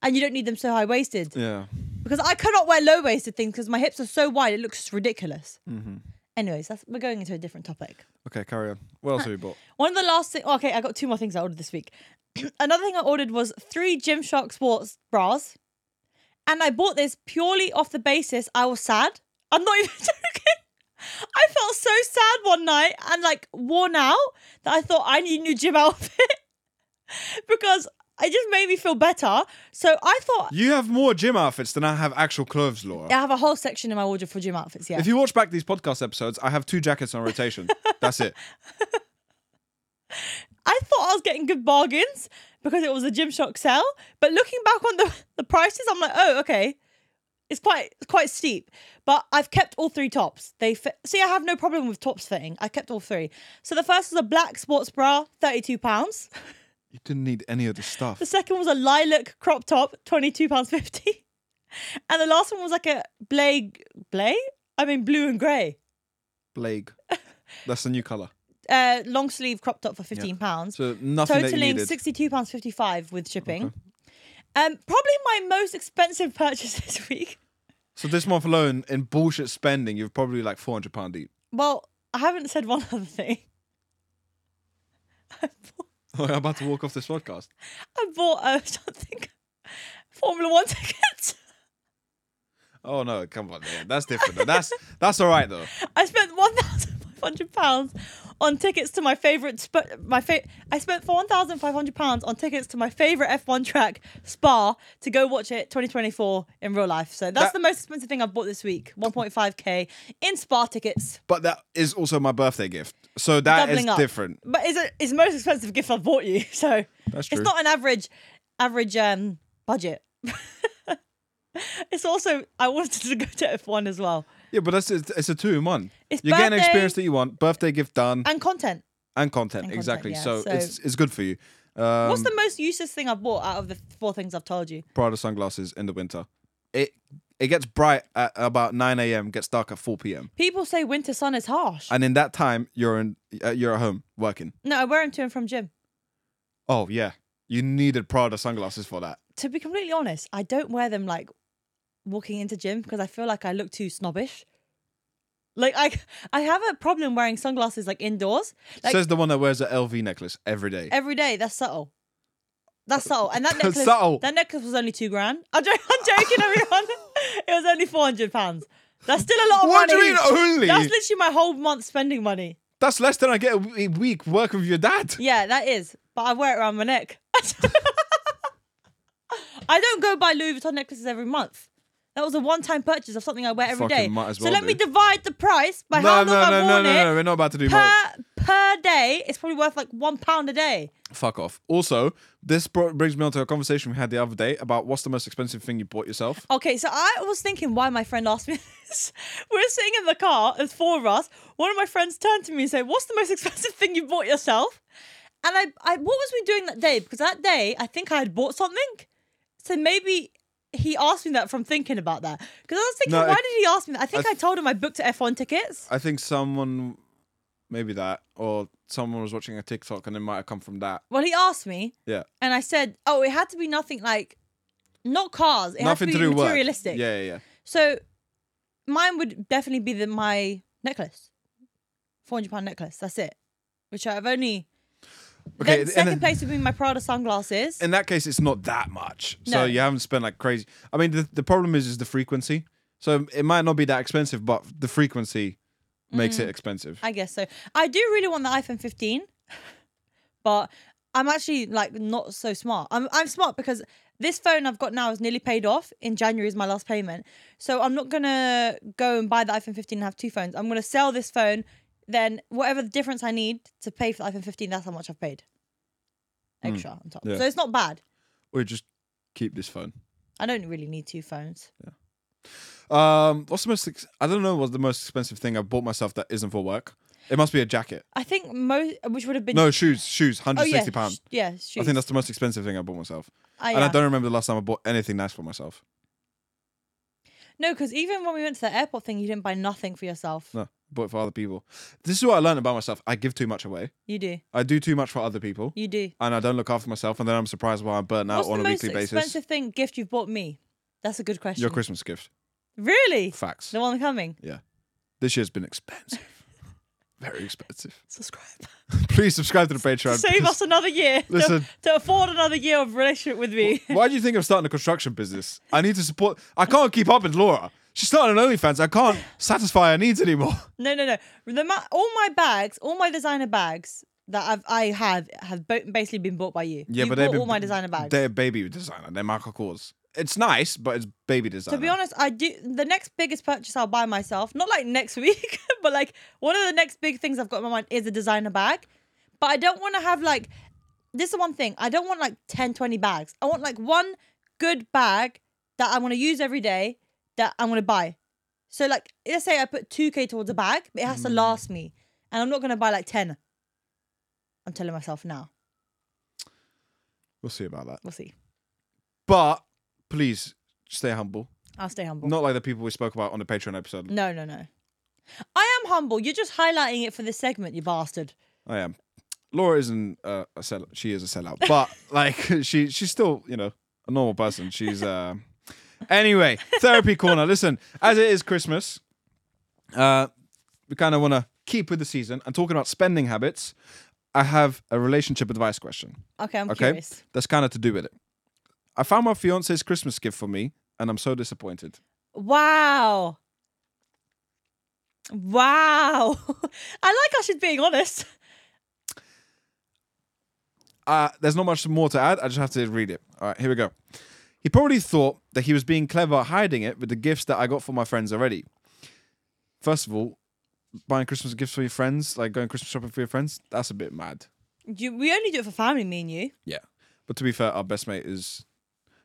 S1: and you don't need them so high waisted
S2: Yeah.
S1: because I cannot wear low waisted things because my hips are so wide it looks ridiculous.
S2: Mm-hmm.
S1: Anyways, that's, we're going into a different topic.
S2: Okay, carry on. What else have you bought?
S1: One of the last things. okay, I got two more things I ordered this week. Another thing I ordered was three Gymshark sports bras, and I bought this purely off the basis I was sad. I'm not even joking. I felt so sad one night and like worn out that I thought I need a new gym outfit because it just made me feel better. So I thought
S2: You have more gym outfits than I have actual clothes, Laura.
S1: I have a whole section in my wardrobe for gym outfits. Yeah.
S2: If you watch back these podcast episodes, I have two jackets on rotation. That's it.
S1: I thought I was getting good bargains because it was a Gymshark sale, but looking back on the, the prices, I'm like, oh, okay, it's quite it's quite steep. But I've kept all three tops. They fit. See, I have no problem with tops fitting. I kept all three. So the first was a black sports bra, thirty two pounds.
S2: You didn't need any of this stuff.
S1: The second was a lilac crop top, twenty two pounds fifty. And the last one was like a blay, blay? I mean, blue and grey.
S2: Blague. That's the new color.
S1: Uh, long sleeve cropped top for fifteen pounds,
S2: So nothing that you
S1: totaling
S2: needed.
S1: sixty-two pounds fifty-five with shipping. Um, probably my most expensive purchase this week.
S2: so this month alone, in bullshit spending, you're probably like four hundred pound deep.
S1: Well, I haven't said one other thing. I bought,
S2: I'm about to walk off this podcast.
S1: I bought uh, something, Formula One tickets.
S2: Oh no, come on, man. That's different. though. That's that's all right though.
S1: I spent one thousand five hundred pounds on tickets to my favorite. Sp- my fa- I spent one thousand five hundred pounds on tickets to my favorite F one track Spa to go watch it twenty twenty four in real life. So that's
S2: That-
S1: the most expensive thing I bought this week. One point five k in Spa tickets.
S2: But that is also my birthday gift. So that is
S1: Doubling up.
S2: different.
S1: But it's a, it's the most expensive gift I've bought you. So
S2: That's
S1: it's
S2: true.
S1: not an average average um budget. it's also I wanted to go to F one as well
S2: yeah, but that's it's, it's a two in one.
S1: It's
S2: you get an
S1: birthday-
S2: experience that you want, birthday gift done, and,
S1: and content.
S2: content.
S1: content,
S2: exactly.
S1: yeah.
S2: So,
S1: So-
S2: it's it's good for you. Um,
S1: What's the most useless thing I've bought out of the four things I've told you?
S2: Prada sunglasses in the winter. It it gets bright at about nine a.m. Gets dark at four p.m.
S1: People say winter sun is harsh.
S2: And in that time, you're in uh, you're at home working.
S1: no, I wear them to and from gym.
S2: Oh yeah, you needed Prada sunglasses for that.
S1: To be completely honest, I don't wear them like walking into gym because I feel like I look too snobbish. Like I, I have a problem wearing sunglasses like indoors. Like Eh.
S2: Says the one that wears an LV necklace every day.
S1: every day, that's subtle. That's subtle. And that necklace,
S2: Subtle.
S1: that necklace was only two grand. I'm, jo- I'm joking, everyone. it was only four hundred pounds. That's still a lot of
S2: What do
S1: money.
S2: you mean only?
S1: That's literally my whole month spending money.
S2: That's less than I get a w- a week work with your dad.
S1: Yeah, that is. But I wear it around my neck. I don't go buy Louis Vuitton necklaces every month. That was a one-time purchase of something I wear every
S2: Fucking
S1: day.
S2: might as
S1: so
S2: well
S1: let
S2: do.
S1: me divide the price by how
S2: No,
S1: long
S2: no,
S1: I've
S2: no, no, no,
S1: worn
S2: no,
S1: it
S2: We're not about to do more.
S1: per per day. It's probably worth like one pound a day.
S2: Fuck off. Also, this bro- brings me on to a conversation we had the other day about what's the most expensive thing you bought yourself.
S1: Okay, so I was thinking why my friend asked me this. We We're sitting in the car, there's four of us. One of my friends turned to me and said, What's the most expensive thing you bought yourself? And I, I what was we doing that day? Because that day I think I had bought something. So maybe he asked me that from thinking about that. Because I was thinking,
S2: No,
S1: why
S2: I-
S1: did he ask me that? I think I,
S2: I-
S1: told him I booked F1 tickets.
S2: I think someone, maybe that, or someone was watching a TikTok and it might have come from that.
S1: Well, he asked me,
S2: Yeah.
S1: and I said, Oh, it had to be nothing like not cars. It
S2: Nothing
S1: had
S2: to
S1: to be
S2: do with work.
S1: materialistic.
S2: Yeah, yeah, yeah.
S1: So mine would definitely be the my necklace. Four hundred pound necklace, that's it. Which I've only
S2: Okay,
S1: then
S2: and
S1: second
S2: then-
S1: place would be my Prada sunglasses.
S2: in that case, it's not that much. So
S1: No.
S2: you haven't spent like crazy. I mean, the, the problem is is the frequency. So it might not be that expensive, but the frequency makes it expensive.
S1: Mm-hmm. I guess so. I do really want the iPhone 15, but I'm actually like not so smart. I'm I'm smart because this phone I've got now is nearly paid off. In January is my last payment. So I'm not gonna go and buy the iPhone 15 and have two phones. I'm gonna sell this phone, then whatever the difference I need to pay for the iPhone 15, that's how much I've paid. Extra on top.
S2: Hmm. Yeah.
S1: So it's not bad.
S2: or just keep this phone.
S1: I don't really need two phones.
S2: Um, what's the most? Ex- I don't know. What's the most expensive thing I bought myself that isn't for work? It must be a jacket.
S1: I think most which would have been
S2: No shoes. Shoes. Hundred
S1: oh
S2: sixty
S1: yeah,
S2: pounds.
S1: sh- yeah,
S2: I
S1: shoes.
S2: think that's the most expensive thing I bought myself.
S1: Ah,
S2: And I
S1: yeah.
S2: don't remember the last time I bought anything nice for myself.
S1: No, because even when we went to the airport thing, you didn't buy nothing for yourself.
S2: No, bought it for other people. This is what I learned about myself. I give too much away.
S1: You do.
S2: I do too much for other people,
S1: You do.
S2: and I don't look after myself. And then I'm surprised why I'm burnt out
S1: What's the
S2: Uh, on a
S1: most
S2: weekly
S1: expensive
S2: basis.
S1: thing gift you've bought me? That's a good question.
S2: Your Christmas gift.
S1: really?
S2: Facts.
S1: The one coming.
S2: This year's been expensive. Very expensive.
S1: Subscribe.
S2: Please subscribe to the Patreon.
S1: Save us another year. to-
S2: Uh, Listen.
S1: To, afford another year of relationship with me.
S2: Why do you think I'm starting a construction business? I need to support. I can't keep up with Laura. She's starting an OnlyFans. I can't satisfy her needs anymore.
S1: no, no, no. The ma- all my bags, all my designer bags that I've I have have bo- basically been bought by you. you
S2: Yeah, but
S1: bought
S2: they've been,
S1: all my designer bags.
S2: They're baby designer. They're Michael Kors. It's nice, but it's baby designer.
S1: To be honest, I do the next biggest purchase I'll buy myself, not like next week, but like one of the next big things I've got in my mind is a designer bag. But I don't want to have like this is one thing. I don't want like 10, 20 bags. I want like one good bag that I'm gonna use every day that I'm gonna buy. So like let's say I put 2k towards a bag, but it has to last me. And I'm not gonna buy like 10. I'm telling myself now.
S2: we'll see about that.
S1: We'll see.
S2: But please stay humble.
S1: I'll stay humble.
S2: Not like the people we spoke about on the Patreon episode.
S1: No, no, no. I am humble. You're just highlighting it for this segment, you bastard.
S2: I am. Laura isn't uh, a sell. She is a sellout, but like she, she's still you know a normal person. She's uh. Anyway, therapy corner. Listen, as it is Christmas, uh, we kind of want to keep with the season and talking about spending habits. I have a relationship advice question.
S1: Okay, I'm
S2: Okay,
S1: curious.
S2: that's kind of to do with it. I found my fiance's Christmas gift for me, and I'm so disappointed.
S1: Wow. Wow. I like us just being honest.
S2: Uh, there's not much more to add. I just have to read it. All right, here we go. He probably thought that he was being clever hiding it with the gifts that I got for my friends already. First of all, buying Christmas gifts for your friends, like going Christmas shopping for your friends, that's a bit mad.
S1: You, we only do it for family, me and you.
S2: Yeah. But to be fair, our best mate is,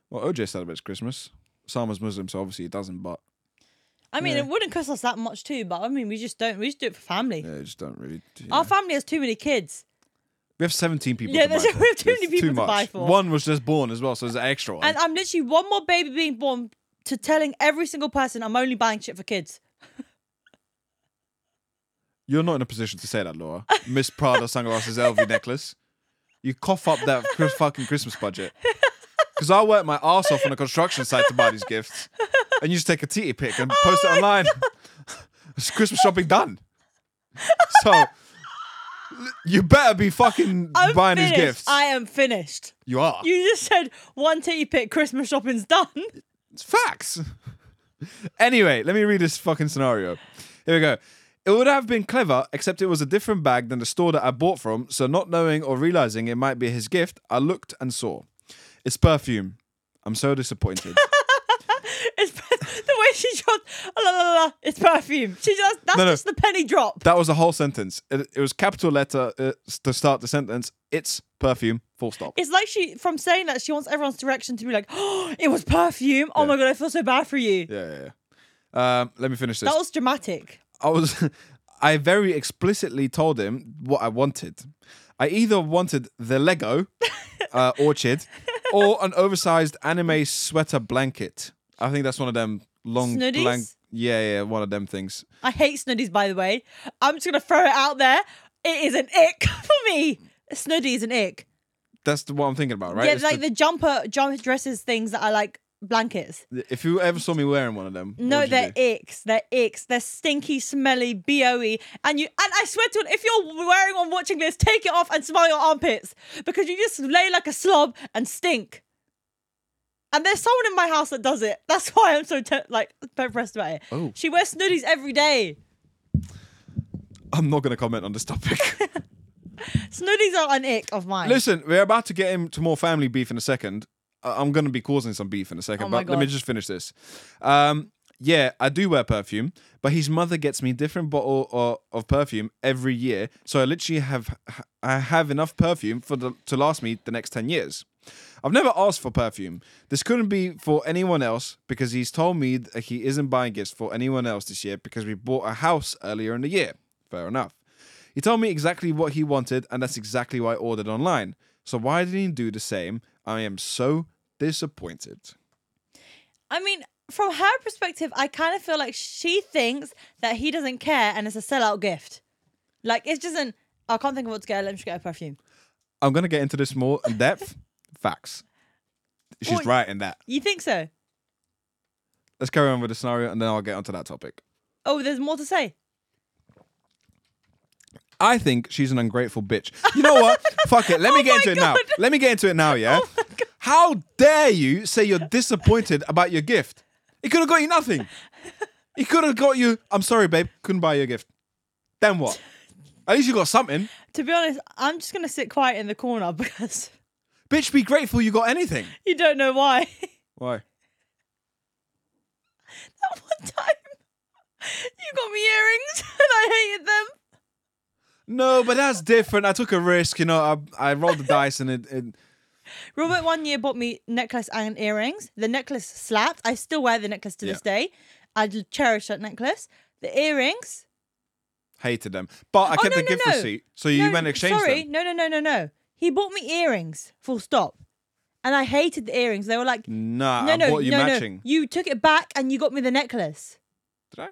S2: well, OJ celebrates Christmas. Salman's Muslim, so obviously he doesn't, but
S1: I mean,
S2: Yeah.
S1: it wouldn't cost us that much too, but I mean, we just don't. We just do it for family.
S2: yeah, I just don't really. do-
S1: Our family has too many kids.
S2: We have 17 people.
S1: Oh. Yeah,
S2: to buy
S1: there's-
S2: for.
S1: we have too
S2: There's
S1: many people to buy for.
S2: One was just born as well, so there's an extra one.
S1: And I'm literally one more baby being born to telling every single person I'm only buying shit for kids.
S2: You're not in a position to say that, Laura. Miss Prada Sunglass's LV necklace. You cough up that cr- fucking Christmas budget. Because I work my ass off on a construction site to buy these gifts. And you just take a titty pic and post
S1: Oh
S2: it online. it's Christmas shopping done. So you better be fucking
S1: I'm
S2: buying
S1: finished.
S2: these gifts.
S1: I am finished.
S2: you are.
S1: You just said one titty pick, Christmas shopping's done.
S2: It's facts. anyway, let me read this fucking scenario. Here we go. It would have been clever, except it was a different bag than the store that I bought from, so not knowing or realizing it might be his gift, I looked and saw. It's perfume. I'm so disappointed.
S1: It's the way she shot. La, la, la, la, it's perfume. She just that's
S2: No, no.
S1: just the penny drop.
S2: that was the whole sentence. It, it was capital letter uh, s- to start the sentence. It's perfume, full stop.
S1: It's like she from saying that she wants everyone's direction to be like, oh, it was perfume. Oh my god, I feel so bad for you.
S2: yeah, yeah, yeah. Um, let me finish this.
S1: That was dramatic.
S2: I was I very explicitly told him what I wanted. I either wanted the Lego uh, orchid or an oversized anime sweater blanket. I think that's one of them long
S1: Snoodies?
S2: blank. Yeah, yeah, one of them things.
S1: I hate snuddies, by the way. I'm just gonna throw it out there. It is an ick for me. Snuddy is an ick.
S2: That's the what I'm thinking about, right?
S1: yeah,
S2: It's
S1: like the, jumper jump dresses things that are like blankets.
S2: the- if you ever saw me wearing one of them, what
S1: No,
S2: would you
S1: they're
S2: do?
S1: icks. They're icks. They're stinky, smelly, boe. And you and I swear to it, if you're wearing one watching this, take it off and smell your armpits because you just lay like a slob and stink. And there's someone in my house that does it. That's why I'm so te- like depressed about it.
S2: Oh.
S1: She wears snoodies every day.
S2: I'm not going to comment on this topic.
S1: Snoodies are an ick of mine.
S2: Listen, we're about to get into more family beef in a second. I- I'm going to be causing some beef in a second,
S1: Oh my
S2: but let me
S1: God.
S2: just finish this. Um, yeah, I do wear perfume, but his mother gets me different bottle o- of perfume every year, so I literally have I have enough perfume for the, to last me the next ten years. I've never asked for perfume. This couldn't be for anyone else because he's told me that he isn't buying gifts for anyone else this year because we bought a house earlier in the year. Fair enough. He told me exactly what he wanted, and that's exactly why I ordered online. So why didn't he do the same? I am so disappointed.
S1: I mean, from her perspective, I kind of feel like she thinks that he doesn't care and it's a sellout gift. Like it's just an I can't think of what to get. Let me just get a perfume.
S2: I'm gonna get into this more in depth. Facts. She's
S1: Oi.
S2: right in that.
S1: You think so?
S2: Let's carry on with the scenario, and then I'll get onto that topic.
S1: Oh, there's more to say.
S2: I think she's an ungrateful bitch. You know what? Fuck it. Let me
S1: Oh
S2: get
S1: my
S2: into it now.
S1: God. Oh
S2: Let me get into it now, yeah? How dare you say you're disappointed about your gift? It could have got you nothing. It could have got you, I'm sorry, babe, couldn't buy your gift. Then what? At least you got something.
S1: To be honest, I'm just gonna sit quiet in the corner because
S2: Bitch, be grateful you got anything.
S1: you don't know why.
S2: Why?
S1: That one time, you got me earrings and I hated them.
S2: No, but that's different. I took a risk, you know. I, I rolled the dice and it, it.
S1: Robert one year bought me necklace and earrings. The necklace slapped. I still wear the necklace to
S2: Yeah.
S1: this day. I l- cherish that necklace. The earrings.
S2: hated them. But I kept
S1: Oh, no,
S2: the
S1: no,
S2: gift
S1: no.
S2: receipt, so you
S1: No,
S2: went and exchanged
S1: Sorry,
S2: them.
S1: no, no, no, no, no. He bought me earrings. Full stop. and I hated the earrings. They were like,
S2: Nah,
S1: no,
S2: I
S1: no,
S2: bought you
S1: no,
S2: matching.
S1: no. You took it back and you got me the necklace.
S2: Did I?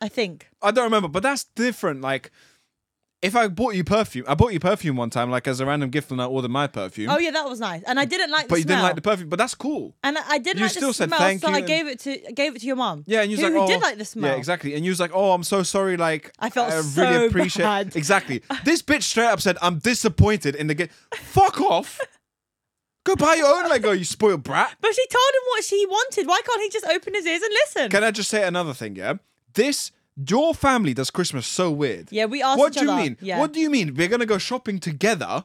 S1: I think.
S2: I don't remember, but that's different. Like, if I bought you perfume, I bought you perfume one time, like as a random gift, and I ordered my perfume.
S1: Oh yeah, that was nice. And I didn't like.
S2: but
S1: the
S2: you didn't
S1: smell.
S2: like the perfume, but that's cool.
S1: And I I didn't
S2: You
S1: like
S2: still
S1: the
S2: said
S1: smell,
S2: thank
S1: so
S2: you
S1: I
S2: and-
S1: gave it to I gave it to your mum.
S2: Yeah, and you was
S1: who,
S2: like,
S1: who
S2: oh,
S1: did like the smell.
S2: Yeah, exactly. And you was like, oh, I'm so sorry. Like,
S1: I felt so
S2: really appreciate.
S1: bad.
S2: Exactly. This bitch straight up said, I'm disappointed in the gift. Fuck off. Go buy your own Lego, you spoiled brat.
S1: But she told him what she wanted. Why can't he just open his ears and listen?
S2: Can I just say another thing? Yeah, this your family does Christmas so weird.
S1: Yeah, we asked
S2: What
S1: each
S2: do you
S1: other.
S2: mean?
S1: Yeah.
S2: What do you mean? We're gonna go shopping together.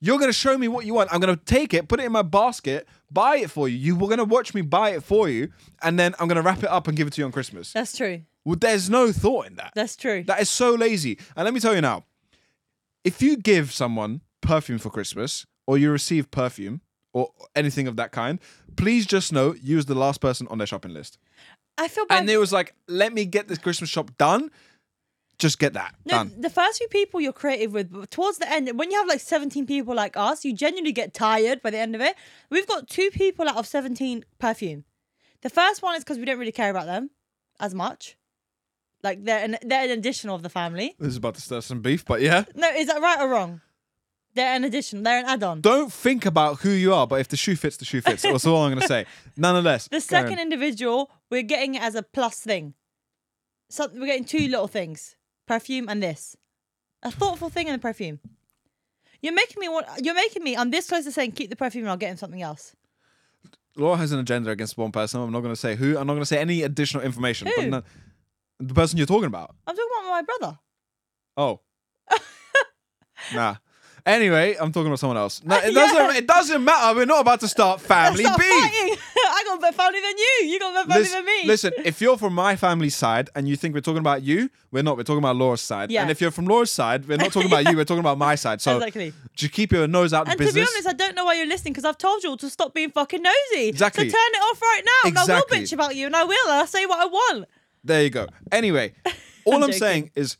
S2: You're gonna show me what you want. I'm gonna take it, put it in my basket, buy it for you. You were gonna watch me buy it for you, and then I'm gonna wrap it up and give it to you on Christmas.
S1: That's true.
S2: Well, there's no thought in that.
S1: That's true.
S2: That is so lazy. And let me tell you now, if you give someone perfume for Christmas or you receive perfume or anything of that kind, please just know you was the last person on their shopping list.
S1: I feel bad.
S2: And it was like, let me get this Christmas shop done. Just get that
S1: no,
S2: done.
S1: the first few people you're creative with, but towards the end, when you have like 17 people like us, you genuinely get tired by the end of it. We've got two people out of 17 perfume. The first one is because we don't really care about them as much. Like they're an, they're an additional of the family.
S2: This is about to stir some beef, but yeah.
S1: No, is that right or wrong? They're an addition. They're an add-on.
S2: Don't think about who you are, but if the shoe fits, the shoe fits. That's all I'm going to say. Nonetheless,
S1: The
S2: carry on.
S1: second individual, we're getting it as a plus thing. So we're getting two little things: perfume and this. A thoughtful thing and the perfume. You're making me want. You're making me. I'm this close to saying keep the perfume and I'll get him something else.
S2: Laura has an agenda against one person. I'm not going to say who. I'm not going to say any additional information. But
S1: Who?
S2: no- the person you're talking about.
S1: I'm talking about my brother.
S2: Oh. nah. Anyway, I'm talking about someone else. No, it
S1: Yeah.
S2: doesn't. It doesn't matter. We're not about to start family
S1: Stop
S2: beef.
S1: fighting. I got better family than you. You got better family
S2: Listen,
S1: than me.
S2: listen, if you're from my family's side and you think we're talking about you, we're not. We're talking about Laura's side.
S1: Yeah.
S2: And if you're from Laura's side, we're not talking about you. We're talking about my side. So
S1: Exactly.
S2: just keep your nose out
S1: And
S2: the business.
S1: to be honest, I don't know why you're listening because I've told you all to stop being fucking nosy.
S2: Exactly.
S1: So turn it off right now, and I will
S2: Exactly.
S1: bitch about you, and I will, and I'll say what I want.
S2: There you go. Anyway, all I'm,
S1: joking.
S2: saying is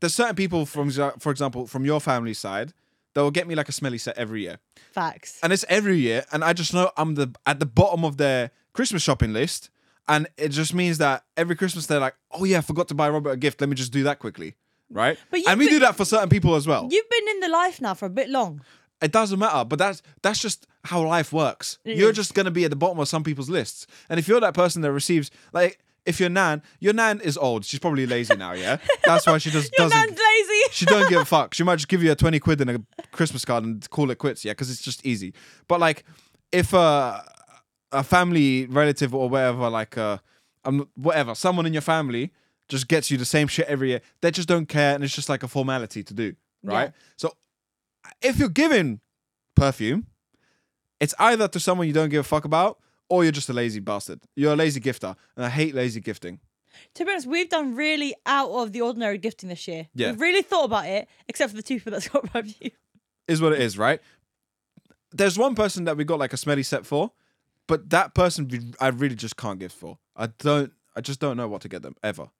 S2: there's certain people from, exa- for example, from your family side that will get me like a smelly set every year,
S1: Facts.
S2: and it's every year, and I just know I'm the at the bottom of their Christmas shopping list, and it just means that every Christmas they're like, oh yeah, I forgot to buy Robert a gift. Let me just do that quickly, right?
S1: But you-
S2: and we
S1: but-
S2: do that for certain people as well.
S1: You've been in the life now for a bit long.
S2: It doesn't matter, but that's that's just how life works. You're just gonna be at the bottom of some people's lists, and if you're that person that receives like. If your nan, your nan is old. She's probably lazy now, yeah. That's why she just
S1: Your
S2: doesn't.
S1: nan's lazy.
S2: she don't give a fuck. She might just give you a twenty quid and a Christmas card and call it quits, yeah, because it's just easy. But like, if uh, a family relative or whatever, like uh, um, whatever, someone in your family just gets you the same shit every year, they just don't care, and it's just like a formality to do, right?
S1: Yeah.
S2: So if you're giving perfume, it's either to someone you don't give a fuck about, or you're just a lazy bastard. You're a lazy gifter, and I hate lazy gifting.
S1: To be honest, we've done really out of the ordinary gifting this year.
S2: Yeah.
S1: We've really thought about it, except for the two people that's got review.
S2: is what it is, right? There's one person that we got like a smelly set for, but that person we, I really just can't give for. I don't. I just don't know what to get them ever.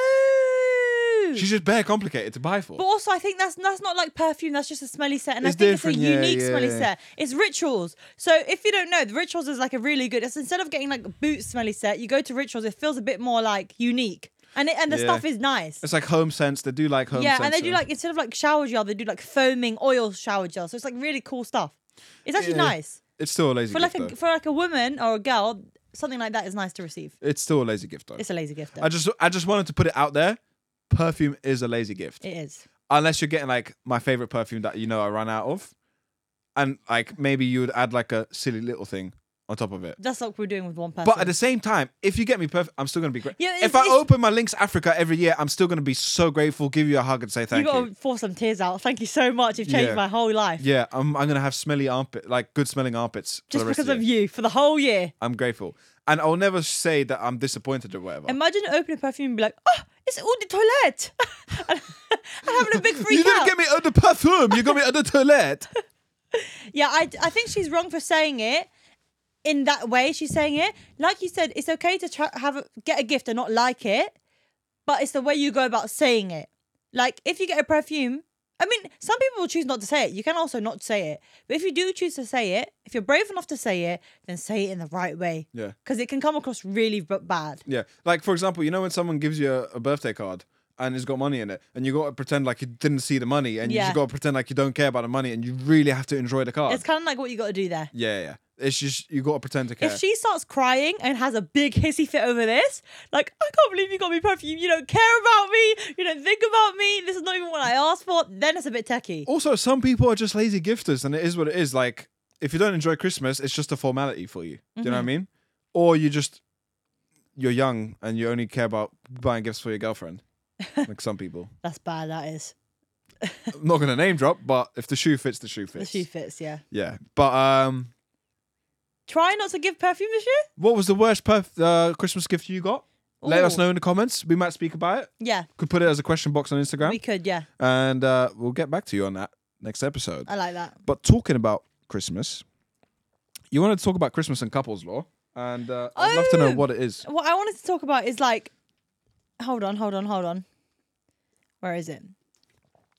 S1: Oh.
S2: She's just bare complicated to buy for.
S1: but also, I think that's that's not like perfume. That's just a smelly set, and
S2: It's
S1: I think it's a
S2: different, yeah,
S1: unique
S2: yeah,
S1: smelly
S2: yeah.
S1: set. It's rituals. So if you don't know, the rituals is like a really good. It's instead of getting like boot smelly set, you go to rituals. It feels a bit more like unique, and it, and the
S2: Yeah.
S1: stuff is nice.
S2: it's like home sense. They do like home
S1: yeah,
S2: sense.
S1: and they do
S2: so-
S1: like instead of like shower gel, they do like foaming oil shower gel. So it's like really cool stuff. It's actually
S2: Yeah.
S1: nice.
S2: It's still a lazy
S1: for
S2: gift.
S1: like a
S2: though.
S1: for like a woman or a girl, something like that is nice to receive.
S2: It's still a lazy gift though.
S1: It's a lazy gift. Though.
S2: I just I just wanted to put it out there. Perfume is a lazy gift.
S1: it is.
S2: unless you're getting like my favorite perfume that you know I run out of. And like maybe you would add like a silly little thing on top of it.
S1: That's what we're doing with one person.
S2: But at the same time, if you get me perfect, I'm still gonna be great.
S1: Yeah, it's-
S2: if I
S1: it's-
S2: open my Links Africa every year, I'm still gonna be so grateful. Give you a hug and say
S1: you
S2: thank you.
S1: got to force some tears out. Thank you so much. You've changed
S2: Yeah.
S1: my whole life
S2: Yeah, I'm. I'm gonna have smelly armpit, like good smelling armpits. for
S1: just
S2: the rest
S1: because
S2: of,
S1: of
S2: the year.
S1: you for the whole year.
S2: I'm grateful, and I'll never say that I'm disappointed or whatever.
S1: Imagine opening perfume and be like, oh, it's eau de toilette. and having a big freak
S2: you didn't
S1: out.
S2: get me at the perfume. You got me at the toilet.
S1: Yeah, I, I think she's wrong for saying it in that way. She's saying it like you said. It's okay to try, have a, get a gift and not like it, but it's the way you go about saying it. Like if you get a perfume I mean, some people will choose not to say it. You can also not say it. But if you do choose to say it, if you're brave enough to say it, then say it in the right way.
S2: Yeah.
S1: Because it can come across really b- bad.
S2: Yeah. Like, for example, you know when someone gives you a, a birthday card and it's got money in it, and you got to pretend like you didn't see the money, and you
S1: Yeah.
S2: just got to pretend like you don't care about the money, and you really have to enjoy the card.
S1: It's kind of like what you got to do there.
S2: yeah, yeah. It's just, you got to pretend to care.
S1: If she starts crying and has a big hissy fit over this, like, I can't believe you got me perfume. You don't care about me. You don't think about me. This is not even what I asked for. Then it's a bit techie.
S2: also, some people are just lazy gifters, and it is what it is. Like, if you don't enjoy Christmas, it's just a formality for you. Do
S1: Mm-hmm.
S2: you know what I mean? Or you just, you're young and you only care about buying gifts for your girlfriend. like some people.
S1: That's bad, that is.
S2: I'm not going to name drop, but if the shoe fits, the shoe
S1: The
S2: fits.
S1: shoe fits, yeah.
S2: Yeah. But um,
S1: Try not to give perfume this year?
S2: what was the worst perf- uh, Christmas gift you got? Let us
S1: Ooh.
S2: know in the comments. We might speak about it.
S1: Yeah,
S2: Could put it as a question box on Instagram,
S1: we could, yeah.
S2: and uh, we'll get back to you on that next episode.
S1: I like that.
S2: But talking about Christmas, you want to talk about Christmas and couples law, and uh, I'd love to know
S1: Oh!
S2: what it is.
S1: What I wanted to talk about is like, hold on, hold on, hold on. Where is it?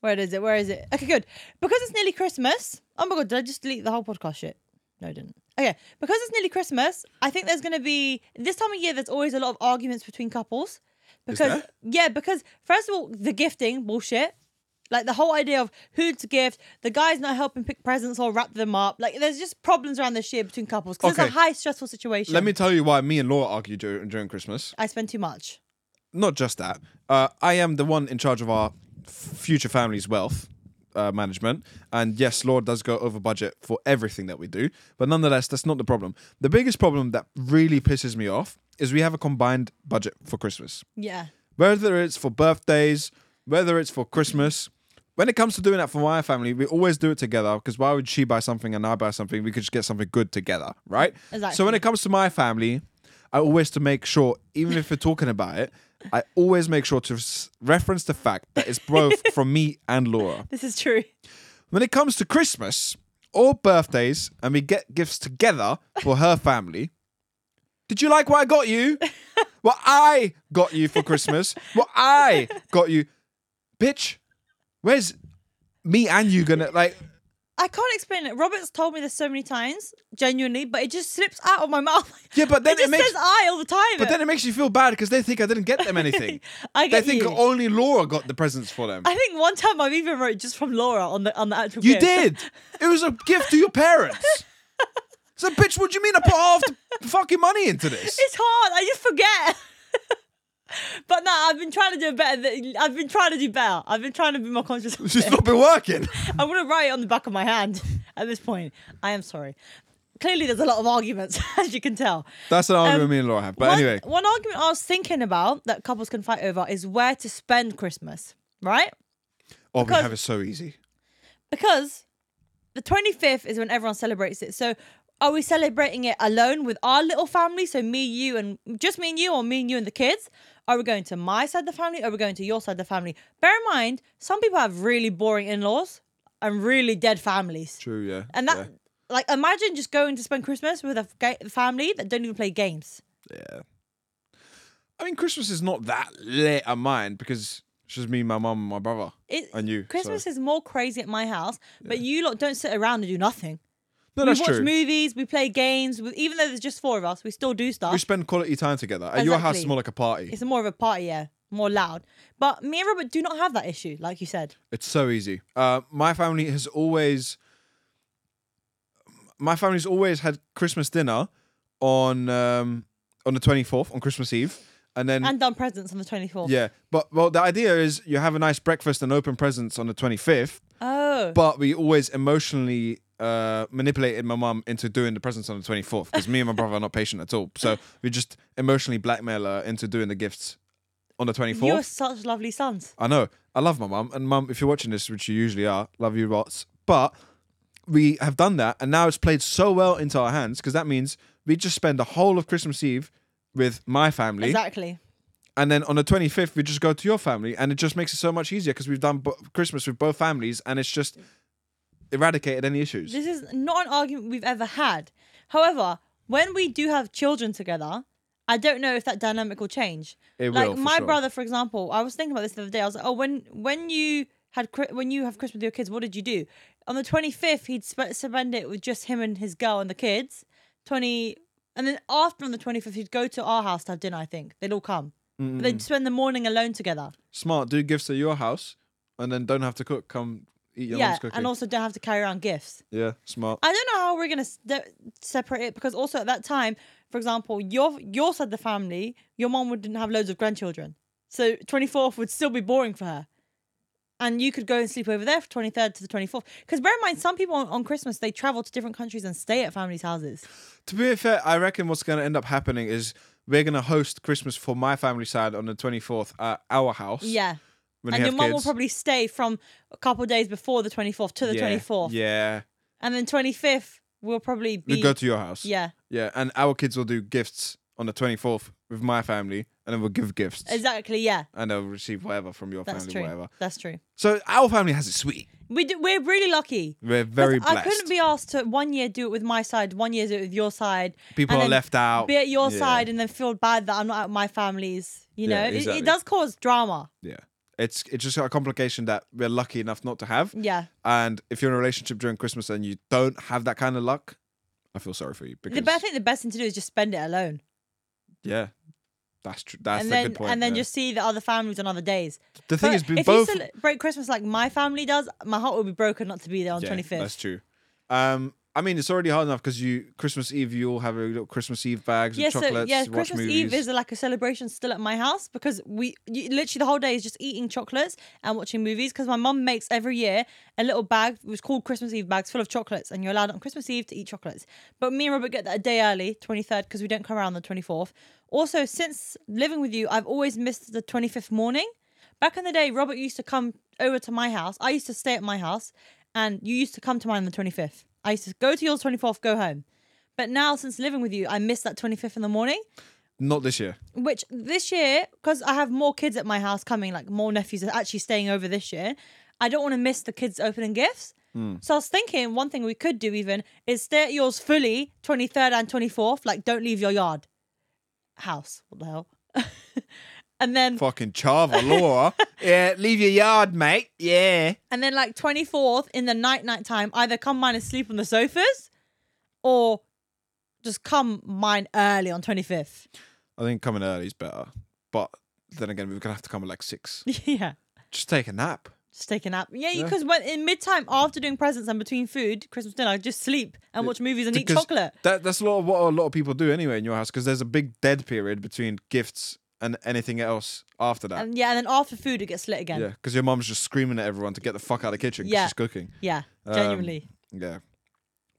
S1: Where is it? Where is it? Okay, good. Because it's nearly Christmas. Oh my god, did I just delete the whole podcast shit? No, I didn't. Okay, because it's nearly Christmas, I think there's gonna be this time of year. There's always a lot of arguments between couples because
S2: there?
S1: yeah, because first of all, the gifting bullshit. Like the whole idea of who to gift, the guy's not helping pick presents or wrap them up. Like there's just problems around this year between couples because
S2: Okay.
S1: it's a high stressful situation.
S2: Let me tell you why me and Laura argue dur- during Christmas.
S1: I spend too much.
S2: Not just that. Uh, I am the one in charge of our f- future family's wealth uh, management, and yes, Laura does go over budget for everything that we do. But nonetheless, that's not the problem. The biggest problem that really pisses me off is we have a combined budget for Christmas.
S1: Yeah.
S2: whether it's for birthdays, whether it's for Christmas. When it comes to doing that for my family, we always do it together because why would she buy something and I buy something? We could just get something good together, right? So when
S1: Exactly.
S2: it comes to my family, I always to make sure, even if we're talking about it, I always make sure to s- reference the fact that it's both from me and Laura.
S1: This is true.
S2: When it comes to Christmas or birthdays, and we get gifts together for her family, did you like what I got you? what I got you for Christmas? What I got you? Bitch, where's me and you gonna like?
S1: I can't explain it. Robert's told me this so many times, genuinely, but it just slips out of my mouth.
S2: Yeah, but then
S1: it
S2: it,
S1: just
S2: makes
S1: says I all the time.
S2: but then it makes you feel bad because they think I didn't get them anything.
S1: I
S2: they
S1: get
S2: think
S1: you.
S2: only Laura got the presents for them.
S1: I think one time I've even wrote just from Laura on the on the actual.
S2: you
S1: gift.
S2: did. It was a gift to your parents. So, bitch, what do you mean I put half the fucking money into this?
S1: It's hard. I just forget. but no, I've been trying to do better. Than, I've been trying to do better. I've been trying to be more conscious. Of
S2: It's
S1: it.
S2: just not been working.
S1: I'm gonna write it on the back of my hand. At this point, I am sorry. Clearly, there's a lot of arguments, as you can tell.
S2: That's an argument
S1: Um,
S2: me and Laura have. But
S1: one,
S2: anyway,
S1: one argument I was thinking about that couples can fight over is where to spend Christmas, right?
S2: oh, we
S1: because-
S2: have it so easy.
S1: Because the 25th is when everyone celebrates it. So are we celebrating it alone with our little family? So me, you, and just me and you, or me and you and the kids? Are we going to my side of the family? Are we going to your side of the family? Bear in mind, some people have really boring in laws and really dead families.
S2: True, yeah.
S1: And that, like, imagine just going to spend Christmas with a f- ga- family that don't even play games.
S2: yeah. yeah. I mean, Christmas is not that late on mine because it's just me, my mum, and my brother.
S1: It,
S2: And you,
S1: Christmas is more crazy at my house, but you lot don't sit around and do nothing.
S2: No,
S1: we
S2: that's
S1: watch
S2: true.
S1: movies, we play games. We, even though there's just four of us, we still do stuff.
S2: We spend quality time together. At your house, it's
S1: Exactly.
S2: more like a party.
S1: it's more of a party, yeah, more loud. But me and Robert do not have that issue, like you said.
S2: It's so easy. Uh, my family has always, my family's always had Christmas dinner on um, on the twenty fourth on Christmas Eve, and then
S1: And done presents on the 24th.
S2: Mm. yeah. But well, the idea is you have a nice breakfast and open presents on the twenty fifth,
S1: Oh,
S2: but we always emotionally uh, manipulated my mum into doing the presents on the 24th because me and my brother are not patient at all. So we just emotionally blackmail her into doing the gifts on the 24th.
S1: you're such lovely sons.
S2: I know. I love my mum. And mum, if you're watching this, which you usually are, love you lots. But we have done that. And now it's played so well into our hands because that means we just spend the whole of Christmas Eve with my family.
S1: Exactly.
S2: And then on the 25th, we just go to your family. And it just makes it so much easier because we've done bo- Christmas with both families and it's just eradicated any issues.
S1: This is not an argument we've ever had. However, when we do have children together, I don't know if that dynamic will change.
S2: It
S1: like
S2: will, for
S1: my
S2: sure.
S1: brother, for example, I was thinking about this the other day. I was like, oh, when when you had Chri- when you have Christmas with your kids, what did you do? On the twenty fifth, he'd sp- spend it with just him and his girl and the kids. Twenty, and then after on the twenty fifth, he'd go to our house to have dinner. I think they'd all come. But they'd spend the morning alone together.
S2: Smart. Do gifts at your house, and then don't have to cook. Come eat your
S1: yeah,
S2: mom's cooking.
S1: and also don't have to carry around gifts.
S2: yeah, smart.
S1: I don't know how we're gonna se- separate it because also at that time, for example, your your side of the family, your mom would- didn't have loads of grandchildren, so twenty fourth would still be boring for her, and you could go and sleep over there from twenty third to the twenty fourth. Because bear in mind, some people on, on Christmas they travel to different countries and stay at families' houses.
S2: To be fair, I reckon what's going to end up happening is we're going to host Christmas for my family side on the 24th at our house.
S1: Yeah,
S2: When
S1: and
S2: you
S1: your
S2: have
S1: mom will
S2: kids.
S1: probably stay from a couple of days before the twenty fourth to the
S2: Yeah,
S1: twenty fourth,
S2: Yeah.
S1: and then twenty fifth will probably be
S2: We go to your house.
S1: yeah.
S2: Yeah. And our kids will do gifts on the 24th with my family, and then we'll give gifts.
S1: Exactly, yeah.
S2: And they'll receive whatever from your
S1: That's
S2: family,
S1: true.
S2: whatever.
S1: That's true.
S2: So our family has it sweet.
S1: We do, we're really lucky.
S2: We're very
S1: 'Cause
S2: blessed.
S1: I couldn't be asked to one year do it with my side, one year do it with your side.
S2: People
S1: and
S2: are
S1: then
S2: left out.
S1: Be at your
S2: Yeah.
S1: side and then feel bad that I'm not at my family's. You know,
S2: Yeah,
S1: It- it,
S2: exactly.
S1: does cause drama.
S2: Yeah. It's it's just a complication that we're lucky enough not to have.
S1: Yeah,
S2: And if you're in a relationship during Christmas and you don't have that kind of luck, I feel sorry for you because
S1: the best thing, the best thing to do is just spend it alone,
S2: yeah, that's true. That's
S1: and
S2: the
S1: then
S2: good point.
S1: and then
S2: yeah.
S1: just see the other families on other days.
S2: the thing
S1: But
S2: is, we
S1: if
S2: both
S1: you celebrate Christmas like my family does, my heart will be broken not to be there on
S2: Yeah,
S1: twenty fifth.
S2: That's true. Um, I mean, it's already hard enough because you Christmas Eve, you all have your little Christmas Eve bags
S1: Yeah,
S2: of
S1: so
S2: chocolates,
S1: yeah,
S2: watch
S1: Christmas
S2: movies.
S1: Eve is like a celebration still at my house because we you, literally the whole day is just eating chocolates and watching movies because my mum makes every year a little bag it was called Christmas Eve bags full of chocolates and you're allowed on Christmas Eve to eat chocolates. But me and Robert get that a day early, 23rd, because we don't come around the 24th. Also, since living with you, I've always missed the 25th morning. Back in the day, Robert used to come over to my house. I used to stay at my house, and you used to come to mine on the 25th. I used to go to yours 24th, go home. But now, since living with you, I miss that 25th in the morning,
S2: Not this year.
S1: which this year, because I have more kids at my house coming, like more nephews are actually staying over this year, I don't want to miss the kids opening gifts. So I was thinking one thing we could do even is stay at yours fully 23rd and 24th, like don't leave your yard. House. What the hell? and then
S2: Fucking Chava Laura. yeah, leave your yard, mate. Yeah.
S1: and then like 24th in the night night time, either come mine and sleep on the sofas or just come mine early on 25th.
S2: I think coming early is better, but then again, we're gonna have to come at like six.
S1: yeah.
S2: Just take a nap.
S1: Just take a nap. Yeah,
S2: Yeah.
S1: because when in mid time after doing presents and between food, Christmas dinner, I just sleep and watch movies and eat
S2: Because
S1: chocolate.
S2: That that's a lot of what a lot of people do anyway in your house because there's a big dead period between gifts and anything else after that.
S1: And yeah, and then after food it gets lit again.
S2: yeah,
S1: Yeah,
S2: because your mum's just screaming at everyone to get the fuck out of the kitchen. 'cause
S1: Yeah.
S2: she's cooking. Um,
S1: genuinely.
S2: Yeah,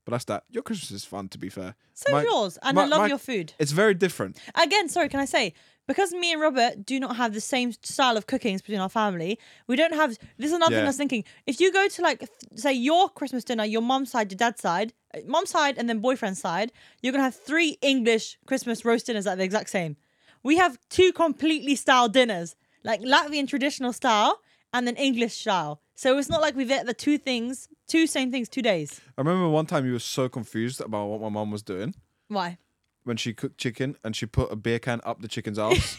S2: but that's that. Your Christmas is fun, to be fair.
S1: So
S2: my-
S1: yours, and I
S2: my-
S1: love
S2: my-
S1: your food.
S2: It's very different.
S1: Again, sorry, can I say because me and Robert do not have the same style of cookings between our family, we don't have. This is another thing I
S2: Yeah.
S1: was thinking. If you go to like th- say your Christmas dinner, your mom's side, your dad's side, uh, mom's side, and then boyfriend's side, you're gonna have three English Christmas roast dinners that are the exact same. We have two completely style dinners, like Latvian traditional style and then English style. So it's not like we've ate the two things, two same things, two days.
S2: I remember one time you were so confused about what my mum was doing
S1: Why?
S2: when she cooked chicken and she put a beer can up the chicken's ass.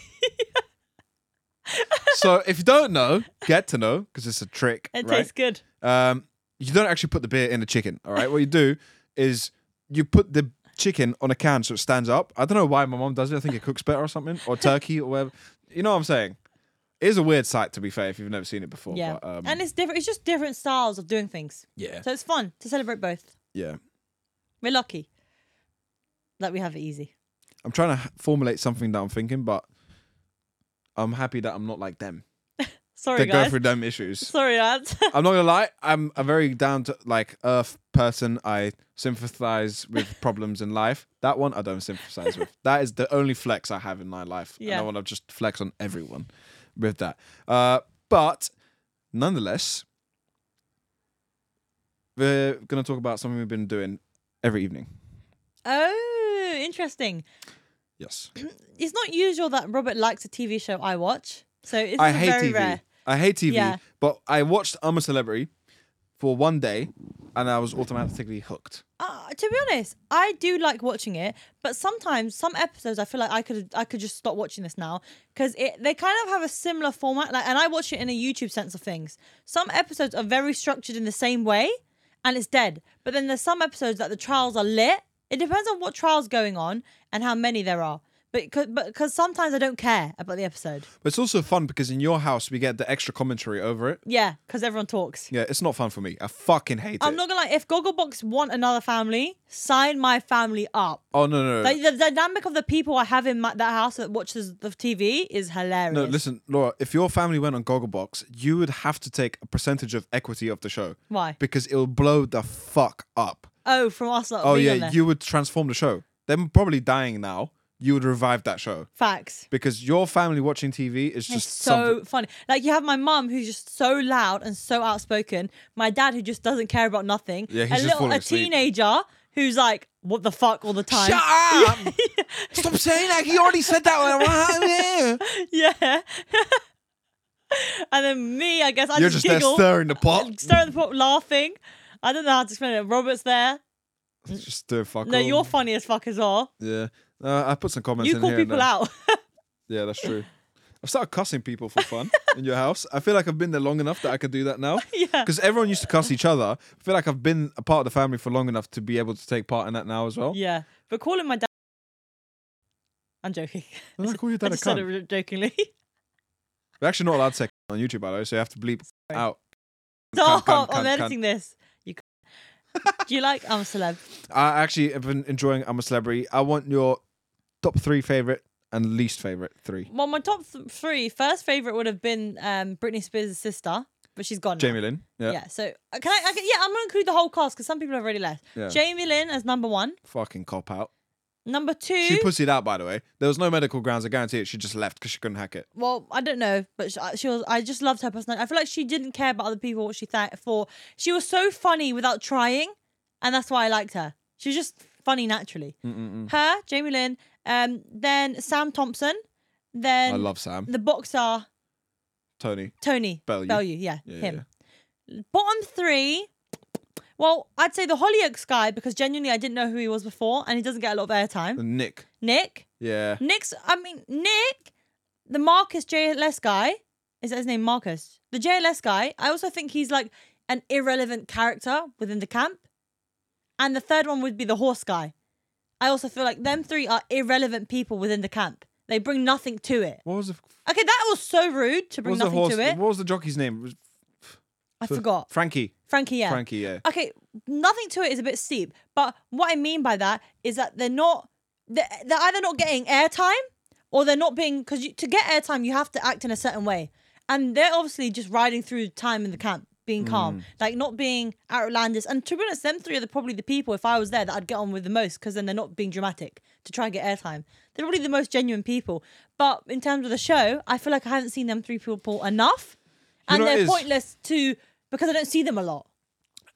S2: so if you don't know, get to know because it's a trick.
S1: It
S2: right?
S1: tastes good.
S2: Um, you don't actually put the beer in the chicken. All right. What you do is you put the chicken on a can so it stands up. I don't know why my mom does it. I think it cooks better or something, or turkey or whatever. You know what I'm saying? It is a weird sight to be fair if you've never seen it before.
S1: Yeah,
S2: But, um,
S1: and it's different. It's just different styles of doing things.
S2: yeah,
S1: So it's fun to celebrate both.
S2: yeah.
S1: We're lucky that we have it easy.
S2: I'm trying to h- formulate something that I'm thinking, but I'm happy that I'm not like them.
S1: Sorry,
S2: They go
S1: guys.
S2: through them issues.
S1: Sorry, lads.
S2: I'm not gonna lie. I'm a very down to like earth person. I sympathize with problems in life. That one I don't sympathize with. That is the only flex I have in my life. And
S1: Yeah.
S2: I want to just flex on everyone with that. Uh, but nonetheless, we're gonna talk about something we've been doing every evening.
S1: oh, interesting.
S2: Yes,
S1: It's not usual that Robert likes a TV show I watch, so it's
S2: I hate
S1: very
S2: TV.
S1: rare.
S2: I hate TV.
S1: Yeah.
S2: But I watched I'm a Celebrity for one day, and I was automatically hooked.
S1: Uh, to be honest, I do like watching it, but sometimes some episodes I feel like I could I could just stop watching this now because they kind of have a similar format. Like, and I watch it in a YouTube sense of things. Some episodes are very structured in the same way, and it's dead. But then there's some episodes that the trials are lit. It depends on what trials going on and how many there are. But c- but because sometimes I don't care about the episode.
S2: But it's also fun because in your house we get the extra commentary over it.
S1: Yeah, because everyone talks.
S2: Yeah, it's not fun for me. I fucking hate
S1: I'm
S2: it.
S1: not gonna lie. If Gogglebox want another family, sign my family up.
S2: oh no no no.
S1: Like the dynamic of the people I have in my, that house that watches the TV is hilarious.
S2: no, listen, Laura. If your family went on Gogglebox, you would have to take a percentage of equity of the show.
S1: Why?
S2: Because it'll blow the fuck up.
S1: Oh, from us. Like,
S2: Oh
S1: being on
S2: yeah,
S1: there.
S2: you would transform the show. They're probably dying now. You would revive that show
S1: Facts.
S2: because your family watching TV is just
S1: So funny. Like you have my mum who's just so loud and so outspoken. My dad who just doesn't care about nothing.
S2: Yeah, he's
S1: a
S2: just
S1: little
S2: falling
S1: a
S2: asleep.
S1: teenager who's like, what the fuck all the time.
S2: Shut up! Stop saying that. He already said that.
S1: yeah. and then me, I guess I
S2: You're
S1: just,
S2: just there
S1: giggle,
S2: stirring the pot.
S1: staring at the pot, laughing. I don't know how to explain it. Robert's there.
S2: Just stir fuck.
S1: No,
S2: all.
S1: you're funny as fuck as well.
S2: Yeah, uh, I put some comments.
S1: You
S2: in
S1: call
S2: here and
S1: people
S2: there.
S1: out.
S2: Yeah, that's true. I've started cussing people for fun in your house. I feel like I've been there long enough that I could do that now.
S1: Yeah.
S2: Because everyone used to cuss each other. I feel like I've been a part of the family for long enough to be able to take part in that now as well.
S1: Yeah, but calling my dad. I'm joking.
S2: Why did I call your
S1: I
S2: dad a
S1: just said
S2: cunt?
S1: it jokingly.
S2: We're actually not allowed to say on YouTube, by the way, so you have to bleep
S1: Sorry. Oh,
S2: out.
S1: Stop!
S2: cunt,
S1: I'm
S2: cunt.
S1: editing this. You. c- Do you like I'm a celeb?
S2: I actually have been enjoying I'm a Celebrity. I want your top three favorite and least favorite three.
S1: Well, my top th- three first favorite would have been um, Britney Spears' sister, but she's gone. now.
S2: Jamie Lynn. Yeah.
S1: Yeah. So uh, can I, I can, yeah, I'm gonna include the whole cast because some people have already left.
S2: Yeah.
S1: Jamie Lynn as number one.
S2: Fucking cop out.
S1: Number two.
S2: She pussied out, by the way. There was no medical grounds. I guarantee it. She just left because she couldn't hack it.
S1: well, I don't know, but she, she was. I just loved her personality. I feel like she didn't care about other people what she thought for. She was so funny without trying, and that's why I liked her. She was just funny naturally. Her, Jamie Lynn, um, then Sam Thompson, then
S2: I love Sam.
S1: the boxer
S2: Tony.
S1: Tony
S2: Bellew.
S1: Bellew, yeah,
S2: Yeah,
S1: him. Bottom three. Well, I'd say the Hollyoaks guy because genuinely I didn't know who he was before, and he doesn't get a lot of airtime.
S2: And Nick.
S1: Nick,
S2: Yeah.
S1: Nick's, I mean, Nick, the Marcus JLS guy, is that his name, Marcus? The JLS guy, I also think he's like an irrelevant character within the camp. And the third one would be the horse guy. I also feel like them three are irrelevant people within the camp. They bring nothing to it.
S2: What was the
S1: Okay, that was so rude to
S2: what
S1: bring
S2: was the
S1: nothing
S2: horse?
S1: to it.
S2: What was the jockey's name? It was-
S1: I forgot.
S2: Frankie.
S1: Frankie, yeah.
S2: Frankie. Yeah.
S1: Okay, nothing to it is a bit steep. But what I mean by that is that they're not, they're, they're either not getting airtime or they're not being, because to get airtime, you have to act in a certain way. And they're obviously just riding through time in the camp, being calm,
S2: Mm.
S1: like not being outlandish. And to be honest, them three are the, probably the people, if I was there, that I'd get on with the most because then they're not being dramatic to try and get airtime. They're probably the most genuine people. But in terms of the show, I feel like I haven't seen them three people enough.
S2: You
S1: And
S2: know what it
S1: they're
S2: is?
S1: pointless to, because I don't see them a lot.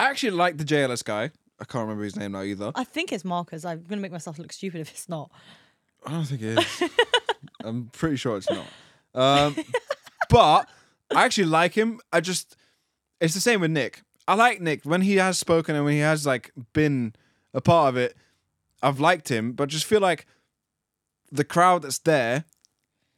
S2: I actually like the JLS guy. I can't remember his name now either.
S1: I think it's Marcus. I'm gonna make myself look stupid if it's not.
S2: I don't think it is. I'm pretty sure it's not. Um, but I actually like him. I just it's the same with Nick. I like Nick when he has spoken and when he has like been a part of it. I've liked him, but just feel like the crowd that's there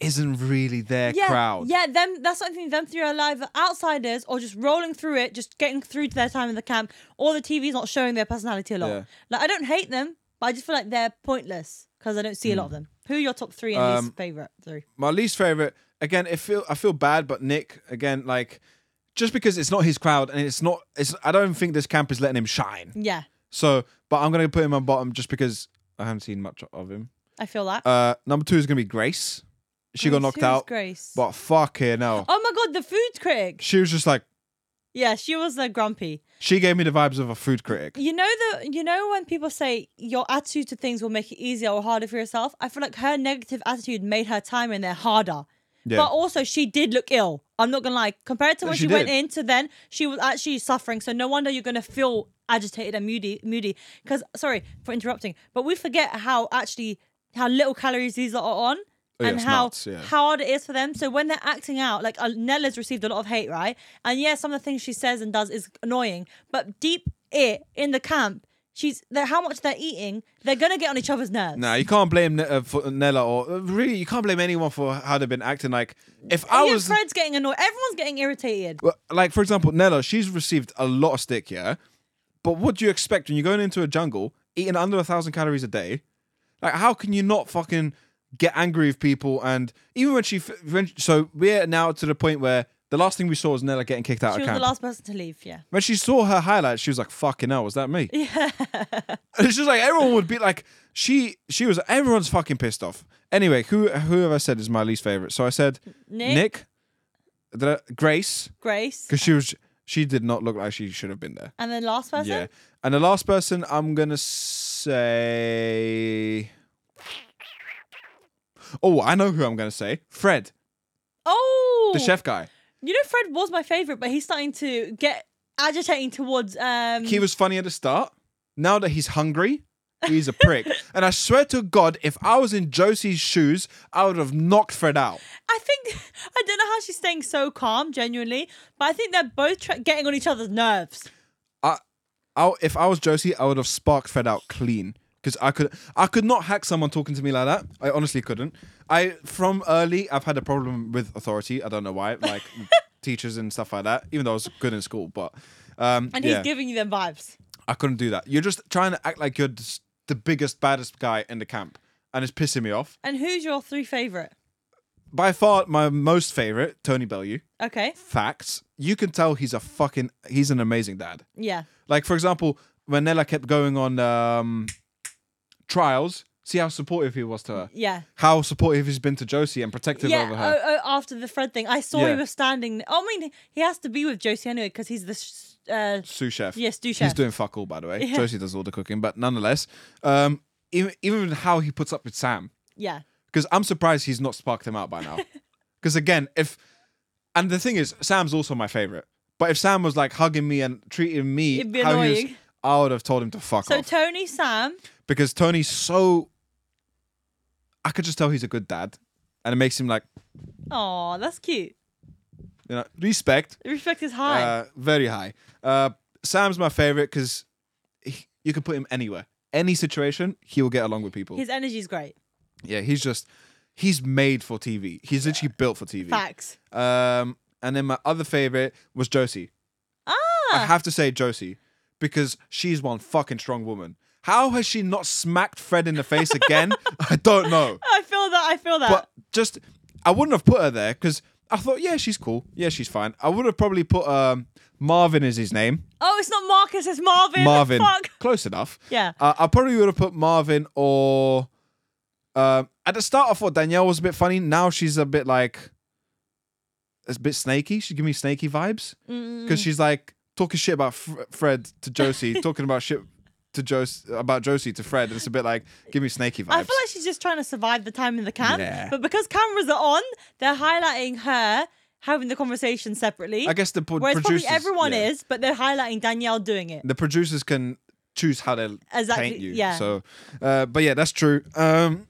S2: isn't really their
S1: Yeah,
S2: crowd.
S1: yeah. Them. That's something. Them three are either outsiders or just rolling through it, just getting through to their time in the camp, or the TV's not showing their personality a lot.
S2: Yeah.
S1: Like I don't hate them, but I just feel like they're pointless because I don't see a
S2: Hmm.
S1: lot of them. Who are your top three and
S2: Um,
S1: least favorite three?
S2: my least favorite again it feel i feel bad but nick again like just because it's not his crowd and it's not it's i don't think this camp is letting him shine
S1: Yeah,
S2: so but i'm gonna put him on bottom just because i haven't seen much of him
S1: I feel that.
S2: uh number two is gonna be grace she got
S1: Who's-
S2: knocked
S1: who's
S2: out
S1: Grace.
S2: but fuck here no
S1: Oh my god, the food critic.
S2: she was just like
S1: Yeah, she was the grumpy.
S2: she gave me the vibes of a food critic
S1: You know the you know when people say your attitude to things will make it easier or harder for yourself? I feel like her negative attitude made her time in there harder.
S2: Yeah.
S1: But also she did look ill. I'm not gonna lie. Compared to when
S2: she
S1: she, went
S2: did.
S1: in to then, she was actually suffering. So no wonder you're gonna feel agitated and moody moody. Cause sorry for interrupting, but we forget how actually how little calories these are on.
S2: Oh, yeah,
S1: and
S2: it's
S1: how
S2: nuts, yeah.
S1: how hard it is for them. So when they're acting out, like uh, Nella's received a lot of hate, right? And yeah, some of the things she says and does is annoying, but deep it in the camp. She's they're- how much they're eating. They're gonna get on each other's nerves.
S2: Nah, you can't blame ne- uh, for Nella or uh, really, you can't blame anyone for how they've been acting. Like, if I
S1: Even
S2: was
S1: Fred's getting annoyed. Everyone's getting irritated.
S2: Well, like for example, Nella, she's received a lot of stick, yeah. But what do you expect when you're going into a jungle eating under a thousand calories a day? Like, how can you not fucking get angry with people? And even when she, f- when, so we're now to the point where the last thing we saw was Nella getting kicked out
S1: She was
S2: of
S1: the
S2: camp.
S1: last person to leave. Yeah.
S2: when she saw her highlights, she was like, "Fucking hell, was that me?" Yeah. it's just like everyone would be like, she, she was. Everyone's fucking pissed off. Anyway, who, whoever I said is my least favorite. So I said
S1: Nick,
S2: Nick, the, Grace.
S1: Grace,
S2: Because she was, she did not look like she should have been there.
S1: and then last person.
S2: Yeah. And the last person, I'm gonna say. Oh, I know who I'm gonna say. Fred,
S1: Oh,
S2: the chef guy.
S1: You know, Fred was my favorite, but he's starting to get agitating towards. um
S2: He was funny at the start. Now that he's hungry, he's a prick. and I swear to God, if I was in Josie's shoes, I would have knocked Fred out.
S1: I think I don't know how she's staying so calm, genuinely, but I think they're both tra- getting on each other's nerves.
S2: I, if I was Josie, I would have sparked Fred out clean because I could I could not hack someone talking to me like that. I honestly couldn't. I from early I've had a problem with authority. I don't know why, like teachers and stuff like that. Even though I was good in school, but um,
S1: And
S2: yeah,
S1: he's giving you them vibes.
S2: I couldn't do that. You're just trying to act like you're just the biggest baddest guy in the camp, and it's pissing me off.
S1: And who's your three favorite?
S2: By far, my most favorite Tony Bellew.
S1: Okay.
S2: Facts. You can tell he's a fucking he's an amazing dad.
S1: Yeah.
S2: Like for example, when Nella kept going on um, trials, see how supportive he was to her.
S1: Yeah.
S2: How supportive he's been to Josie and protective
S1: Yeah.
S2: over her.
S1: Oh, oh, after the Fred thing, I saw
S2: Yeah.
S1: he was standing. I mean, he has to be with Josie anyway because he's the sh- uh,
S2: Sous chef.
S1: yes, do
S2: He's
S1: chef.
S2: doing fuck all, by the way.
S1: Yeah.
S2: Josie does all the cooking, but nonetheless, um, even, even how he puts up with Sam,
S1: yeah.
S2: because I'm surprised he's not sparked him out by now. Because again, if and the thing is, Sam's also my favorite. But if Sam was like hugging me and treating me
S1: It'd be
S2: how he was-
S1: annoying.
S2: I would have told him to fuck
S1: So
S2: off.
S1: Tony, Sam,
S2: because Tony's so. I could just tell he's a good dad, and it makes him like
S1: oh, that's cute.
S2: you know respect
S1: Respect is high.
S2: uh, very high. Uh, Sam's my favorite because you could put him anywhere, any situation, he will get along with people.
S1: His energy's great.
S2: yeah, he's just he's made for TV. He's literally built for TV.
S1: Facts.
S2: Um, and then my other favorite was Josie.
S1: Ah,
S2: I have to say Josie because she's one fucking strong woman. How has she not smacked Fred in the face again? I don't know.
S1: I feel that. I feel that.
S2: but just I wouldn't have put her there because I thought, yeah, she's cool, yeah, she's fine. I would have probably put um, Marvin is his name,
S1: oh, it's not Marcus. It's Marvin.
S2: Marvin,
S1: Fuck.
S2: close enough.
S1: Yeah.
S2: Uh, I probably would have put Marvin or um, at the start I thought Danielle was a bit funny. Now she's a bit like it's a bit snaky. She give me snaky vibes
S1: Mm.
S2: because she's like talking shit about Fr- Fred to Josie, talking about shit to Josie about Josie to Fred. It's a bit like give me snaky vibes.
S1: I feel like she's just trying to survive the time in the camp.
S2: Yeah.
S1: But because cameras are on, they're highlighting her having the conversation separately.
S2: I guess the pro-
S1: Whereas
S2: producers,
S1: probably everyone
S2: yeah.
S1: is, but they're highlighting Danielle doing it.
S2: the producers can choose how they
S1: Exactly,
S2: paint you.
S1: yeah.
S2: So, uh, but yeah, that's true. Um,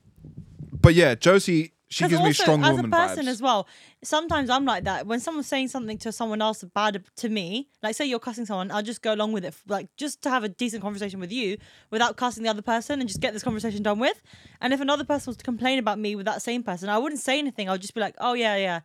S2: but yeah, Josie, she
S1: Because
S2: gives me
S1: also,
S2: strong
S1: as
S2: woman
S1: a person
S2: vibes.
S1: as well, sometimes I'm like that. When someone's saying something to someone else bad to me, like say you're cussing someone, I'll just go along with it, like just to have a decent conversation with you without cussing the other person and just get this conversation done with. And if another person was to complain about me with that same person, I wouldn't say anything. I would just be like, oh yeah, yeah,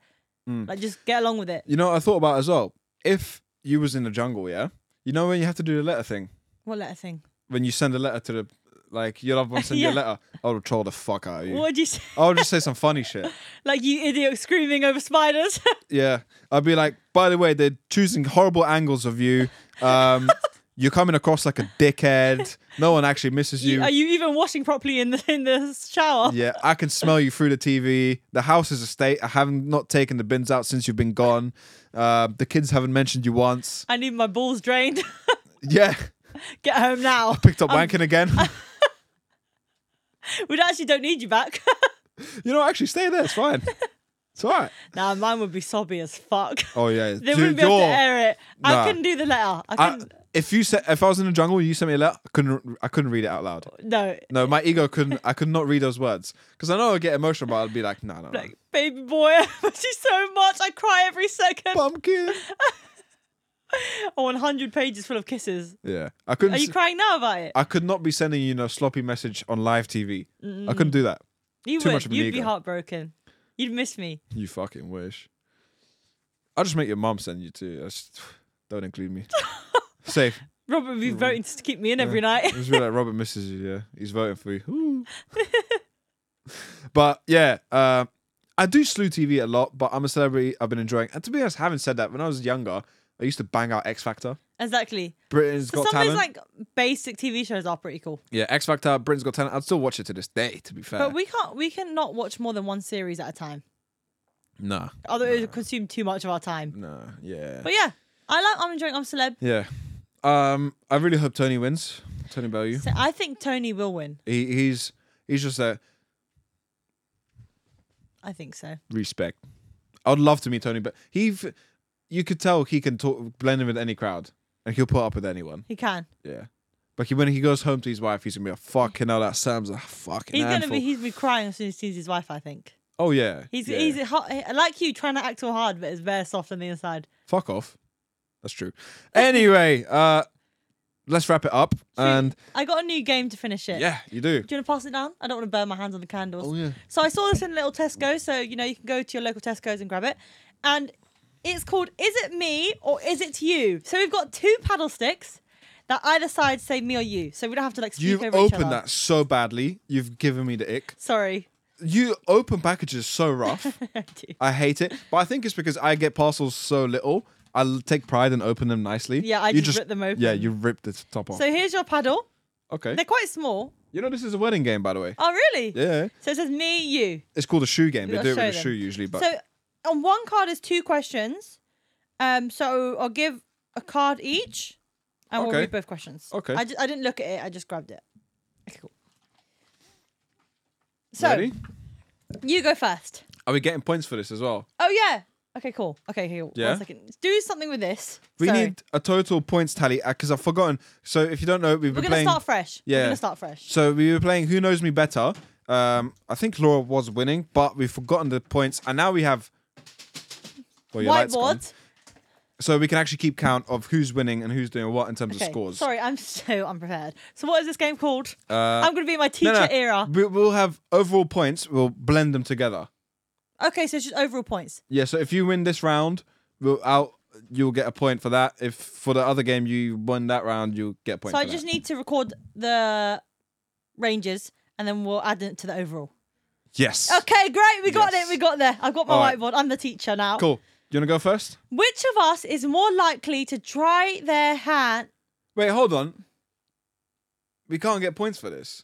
S2: Hmm.
S1: like just get along with it.
S2: you know, what I thought about as well. If you was in the jungle, yeah, you know when you have to do the letter thing,
S1: What letter thing?
S2: when you send a letter to the like your loved one send you a
S1: Yeah.
S2: letter, I would troll the fuck out of you.
S1: What would you say?
S2: I would just say some funny shit.
S1: like you idiot screaming over spiders.
S2: Yeah, I'd be like, by the way, they're choosing horrible angles of you. Um, you're coming across like a dickhead. No one actually misses you.
S1: Are you even washing properly in the in the shower?
S2: Yeah, I can smell you through the TV. The house is a state. I haven't not taken the bins out since you've been gone. Uh, the kids haven't mentioned you once.
S1: I need my balls drained.
S2: Yeah,
S1: Get home now.
S2: picked up wanking again.
S1: We actually don't need you back.
S2: you know, actually, stay there. It's fine. It's all right.
S1: nah, mine would be sobby as fuck.
S2: Oh yeah,
S1: They
S2: dude,
S1: wouldn't be able to
S2: you're-
S1: air it.
S2: Nah.
S1: I couldn't do the letter. I
S2: I-
S1: couldn't.
S2: if you said if I was in the jungle, you sent me a letter. I couldn't. I couldn't read it out loud.
S1: no.
S2: No, my ego couldn't. I could not read those words because I know I'd get emotional, but I'd be like, no, no, no.
S1: Like, baby boy, I miss you so much. I cry every second.
S2: pumpkin.
S1: or 100 Oh, pages full of kisses.
S2: Yeah, I couldn't.
S1: Are you
S2: s-
S1: crying now about it?
S2: I could not be sending you no sloppy message on live TV. I
S1: Mm.
S2: couldn't do that.
S1: You
S2: too
S1: would.
S2: much of an
S1: You'd be
S2: ego.
S1: heartbroken. You'd miss me.
S2: You fucking wish. I'll just make your mom send you too. I just, don't include me. Safe.
S1: Robert would be voting to keep me in every night.
S2: Just be like Robert misses you. Yeah, he's voting for you. Woo. but yeah, uh, I do slew TV a lot, but I'm a celebrity. I've been enjoying. And to be honest, having said that, when I was younger, I used to bang out X Factor,
S1: exactly.
S2: Britain's
S1: So
S2: Got
S1: some of these
S2: Talent.
S1: like basic TV shows are pretty cool,
S2: yeah, X Factor, Britain's Got Talent. I'd still watch it to this day. To be fair,
S1: but we can't. We cannot watch more than one series at a time.
S2: nah,
S1: Otherwise, it would consume too much of our time.
S2: nah, yeah,
S1: But yeah, I like. I'm enjoying. I'm celeb.
S2: yeah. Um, I really hope Tony wins. Tony Bellew.
S1: So I think Tony will win.
S2: He, he's he's just a
S1: I think so.
S2: respect. I would love to meet Tony, but he, f- you could tell he can talk, blend in with any crowd, and he'll put up with anyone.
S1: He can.
S2: Yeah, but he, when he goes home to his wife, he's gonna be a fucking hell. That Sam's a fucking
S1: He's gonna be.
S2: handful.
S1: He's be crying as soon as he sees his wife. I think.
S2: oh yeah,
S1: He's
S2: yeah.
S1: he's hot, like you, trying to act all hard, but it's very soft on the inside.
S2: fuck off. That's true. Anyway, uh, let's wrap it up, and
S1: I got a new game to finish it.
S2: yeah, you do.
S1: Do you want to pass it down? I don't want to burn my hands on the candles.
S2: Oh yeah,
S1: So I saw this in a little Tesco. So you know you can go to your local Tesco's and grab it. And it's called "Is it me or is it you?" So we've got two paddle sticks that either side say me or you. So we don't have to like speak
S2: you've
S1: over each other.
S2: opened that so badly. You've given me the ick.
S1: Sorry.
S2: You open packages so rough.
S1: I do.
S2: I hate it, but I think it's because I get parcels so little. I l- take pride and open them nicely.
S1: Yeah, I
S2: You
S1: just rip them open.
S2: Yeah, you rip the t- top off.
S1: So here's your paddle.
S2: okay.
S1: They're quite small.
S2: You know this is a wedding game, by the way.
S1: Oh really?
S2: Yeah,
S1: So it says me, you.
S2: it's called a shoe game.
S1: We
S2: They
S1: gotta
S2: do it with
S1: show
S2: a
S1: them.
S2: shoe usually, but
S1: So on one card is two questions. Um, so I'll give a card each, and we'll
S2: Okay.
S1: read both questions.
S2: Okay.
S1: I, ju- I didn't look at it. I just grabbed it. Okay, cool. So
S2: ready?
S1: you go first.
S2: Are we getting points for this as well?
S1: Oh yeah. Okay, cool. Okay, okay, cool.
S2: Yeah?
S1: One second. Do something with this.
S2: We
S1: Sorry.
S2: need a total points tally because I've forgotten. So if you don't know, we've
S1: We're
S2: been
S1: gonna
S2: playing.
S1: start fresh. We're
S2: Yeah.
S1: gonna start fresh.
S2: So we were playing Who Knows Me Better. Um, I think Laura was winning, but we've forgotten the points, and now we have. Well, your light's gone.
S1: Whiteboard.
S2: So we can actually keep count of who's winning and who's doing what in terms
S1: Okay.
S2: of scores.
S1: Sorry, I'm so unprepared. So what is this game called?
S2: Uh,
S1: I'm gonna be in my teacher era.
S2: We, we'll have overall points. We'll blend them together.
S1: Okay, so it's just overall points.
S2: Yeah. So if you win this round, we'll out. You'll get a point for that. If for the other game you won that round, you'll get a point.
S1: So I
S2: for
S1: just
S2: that.
S1: need to record the ranges and then we'll add it to the overall.
S2: yes.
S1: Okay, great. We got
S2: Yes.
S1: it. We got there. I've got my
S2: All right.
S1: whiteboard. I'm the teacher now.
S2: Cool. You wanna go first?
S1: Which of us is more likely to try their hand?
S2: Wait, hold on. We can't get points for this.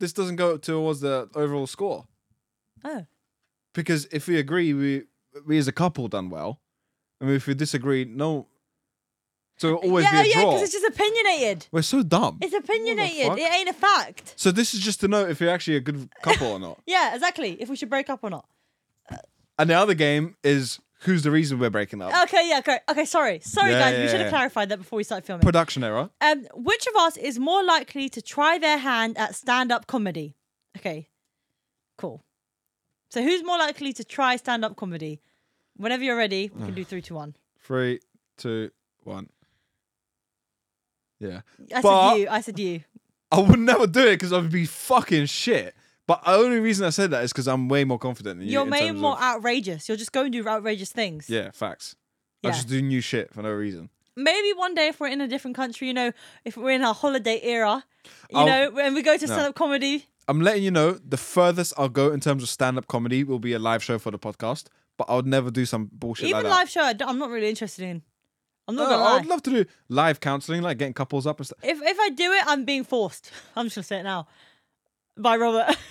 S2: This doesn't go towards the overall score
S1: Oh,
S2: because if we agree, we we as a couple done well, and if we disagree, no. So it'll always
S1: yeah,
S2: be a
S1: yeah,
S2: draw.
S1: because it's just opinionated.
S2: We're so dumb.
S1: It's opinionated.
S2: fuck?
S1: It ain't a fact.
S2: So this is just to know if you're actually a good couple or not.
S1: Yeah, exactly. If we should break up or not.
S2: And the other game is who's the reason we're breaking up?
S1: Okay, yeah, great. Okay, sorry. Sorry,
S2: Yeah,
S1: guys.
S2: yeah,
S1: we should have
S2: yeah.
S1: clarified that before we start filming.
S2: Production error.
S1: Um, which of us is more likely to try their hand at stand-up comedy? Okay, cool. So who's more likely to try stand-up comedy? Whenever you're ready, we can do three to one.
S2: Three, two, one. Yeah.
S1: I
S2: But-
S1: said you. I said you.
S2: I would never do it because I'd be fucking shit. But the only reason I said that is because I'm way more confident than you.
S1: You're
S2: in
S1: way
S2: terms
S1: more
S2: of-
S1: outrageous. You'll just go and do outrageous things.
S2: yeah, facts. I
S1: Yeah.
S2: just do new shit for no reason.
S1: Maybe one day, if we're in a different country, you know, if we're in our holiday era, you
S2: I'll-
S1: know, when we go to stand-up comedy,
S2: I'm letting you know the furthest I'll go in terms of stand up comedy will be a live show for the podcast, but I would never do some bullshit
S1: even
S2: like that. Oh,
S1: live show, I don't- I'm not really interested in. I'm not
S2: No,
S1: gonna
S2: I
S1: lie.
S2: would love to do live counseling, like getting couples up and stuff.
S1: If if I do it, I'm being forced. I'm just gonna say it now. By Robert.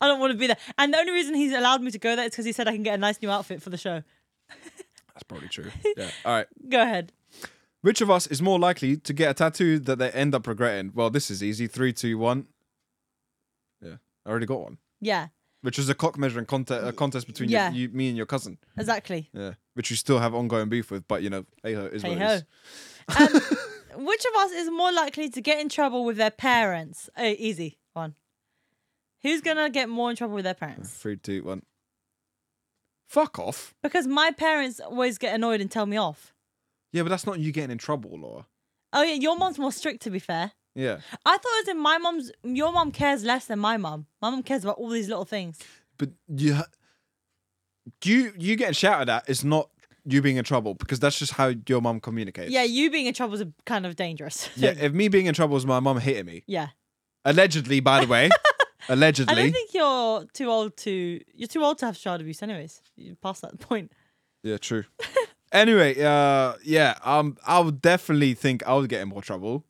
S1: I don't want to be there. And the only reason he's allowed me to go there is because he said I can get a nice new outfit for the show.
S2: That's probably true. Yeah. All right.
S1: Go ahead.
S2: Which of us is more likely to get a tattoo that they end up regretting? Well, this is easy. Three, two, one. Yeah, I already got one,
S1: Yeah,
S2: which was a cock measuring contest, a contest between your-
S1: Yeah.
S2: you, me and your cousin.
S1: exactly.
S2: Yeah, which you still have ongoing beef with, but you know, hey ho, is what
S1: Hey
S2: it
S1: ho.
S2: is.
S1: Um, which of us is more likely to get in trouble with their parents? Oh, easy one. Who's gonna get more in trouble with their parents?
S2: Three, two, one. Fuck off.
S1: Because my parents always get annoyed and tell me off.
S2: Yeah, but that's not you getting in trouble, Laura.
S1: Oh yeah, your mom's more strict to be fair.
S2: Yeah.
S1: I thought it was in my mom's. Your mom cares less than my mom. My mom cares about all these little things.
S2: But you, ha- you, you getting shouted at is not you being in trouble because that's just how your mum communicates.
S1: Yeah, you being in trouble is a- kind of dangerous.
S2: Yeah. If me being in trouble is my mum hitting me,
S1: yeah.
S2: allegedly, by the way,
S1: I don't
S2: allegedly.
S1: think you're too old to. You're too old to have child abuse, anyways. You past that point.
S2: Yeah, true. anyway, uh, yeah, um, I would definitely think I would get in more trouble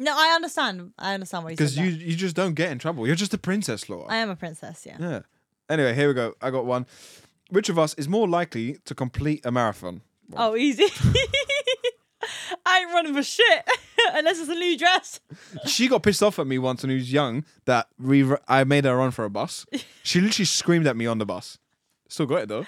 S1: No, I understand. I understand what you
S2: because
S1: said.
S2: you,
S1: there.
S2: you just don't get in trouble. You're just a princess, Laura.
S1: I am a princess. Yeah.
S2: yeah. Anyway, here we go. I got one. Which of us is more likely to complete a marathon?
S1: Oh, easy. I ain't running for shit unless it's a new dress.
S2: she got pissed off at me once when he was young that we I made her run for a bus. She literally screamed at me on the bus. Still got it though.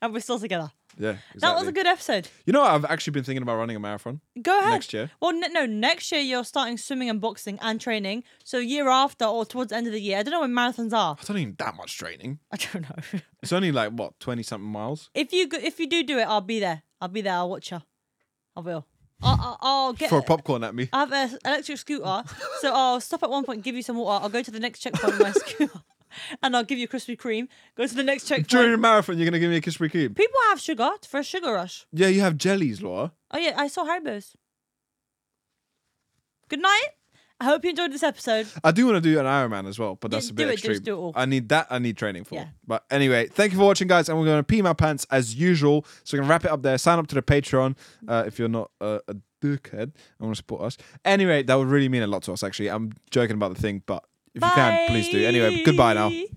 S1: And we're still together.
S2: Yeah,
S1: That was a
S2: exactly.
S1: good episode.
S2: You know, what? I've actually been thinking about running a marathon.
S1: Go ahead.
S2: Next year.
S1: Well, n- no, next year you're starting swimming and boxing and training. So year after or towards the end of the year, I don't know when marathons are.
S2: I don't need that much training.
S1: I don't know.
S2: It's only like what twenty something miles.
S1: if you go- if you do do it, I'll be there. I'll be there. I'll watch you. I will. I'll, I'll, I'll get.
S2: Throw popcorn at me.
S1: I have an electric scooter, so I'll stop at one point, give you some water. I'll go to the next checkpoint with my scooter, and I'll give you Krispy Kreme. Go to the next checkpoint.
S2: During the marathon, you're gonna give me a Krispy Kreme.
S1: People have sugar for a sugar rush.
S2: Yeah, you have jellies, Laura.
S1: Oh yeah, I saw Haribo's. Good night. I hope you enjoyed this episode.
S2: I do want to do an Ironman as well, but
S1: Yeah,
S2: that's a bit
S1: do it, just
S2: extreme.
S1: do it all.
S2: I need that. I need training for.
S1: Yeah.
S2: But anyway, thank you for watching, guys, and we're gonna pee my pants as usual. So we can wrap it up there. Sign up to the Patreon uh, if you're not uh, a dickhead and want to support us. Anyway, that would really mean a lot to us. Actually, I'm joking about the thing, but if you can, please do. Anyway, goodbye now.
S1: Bye.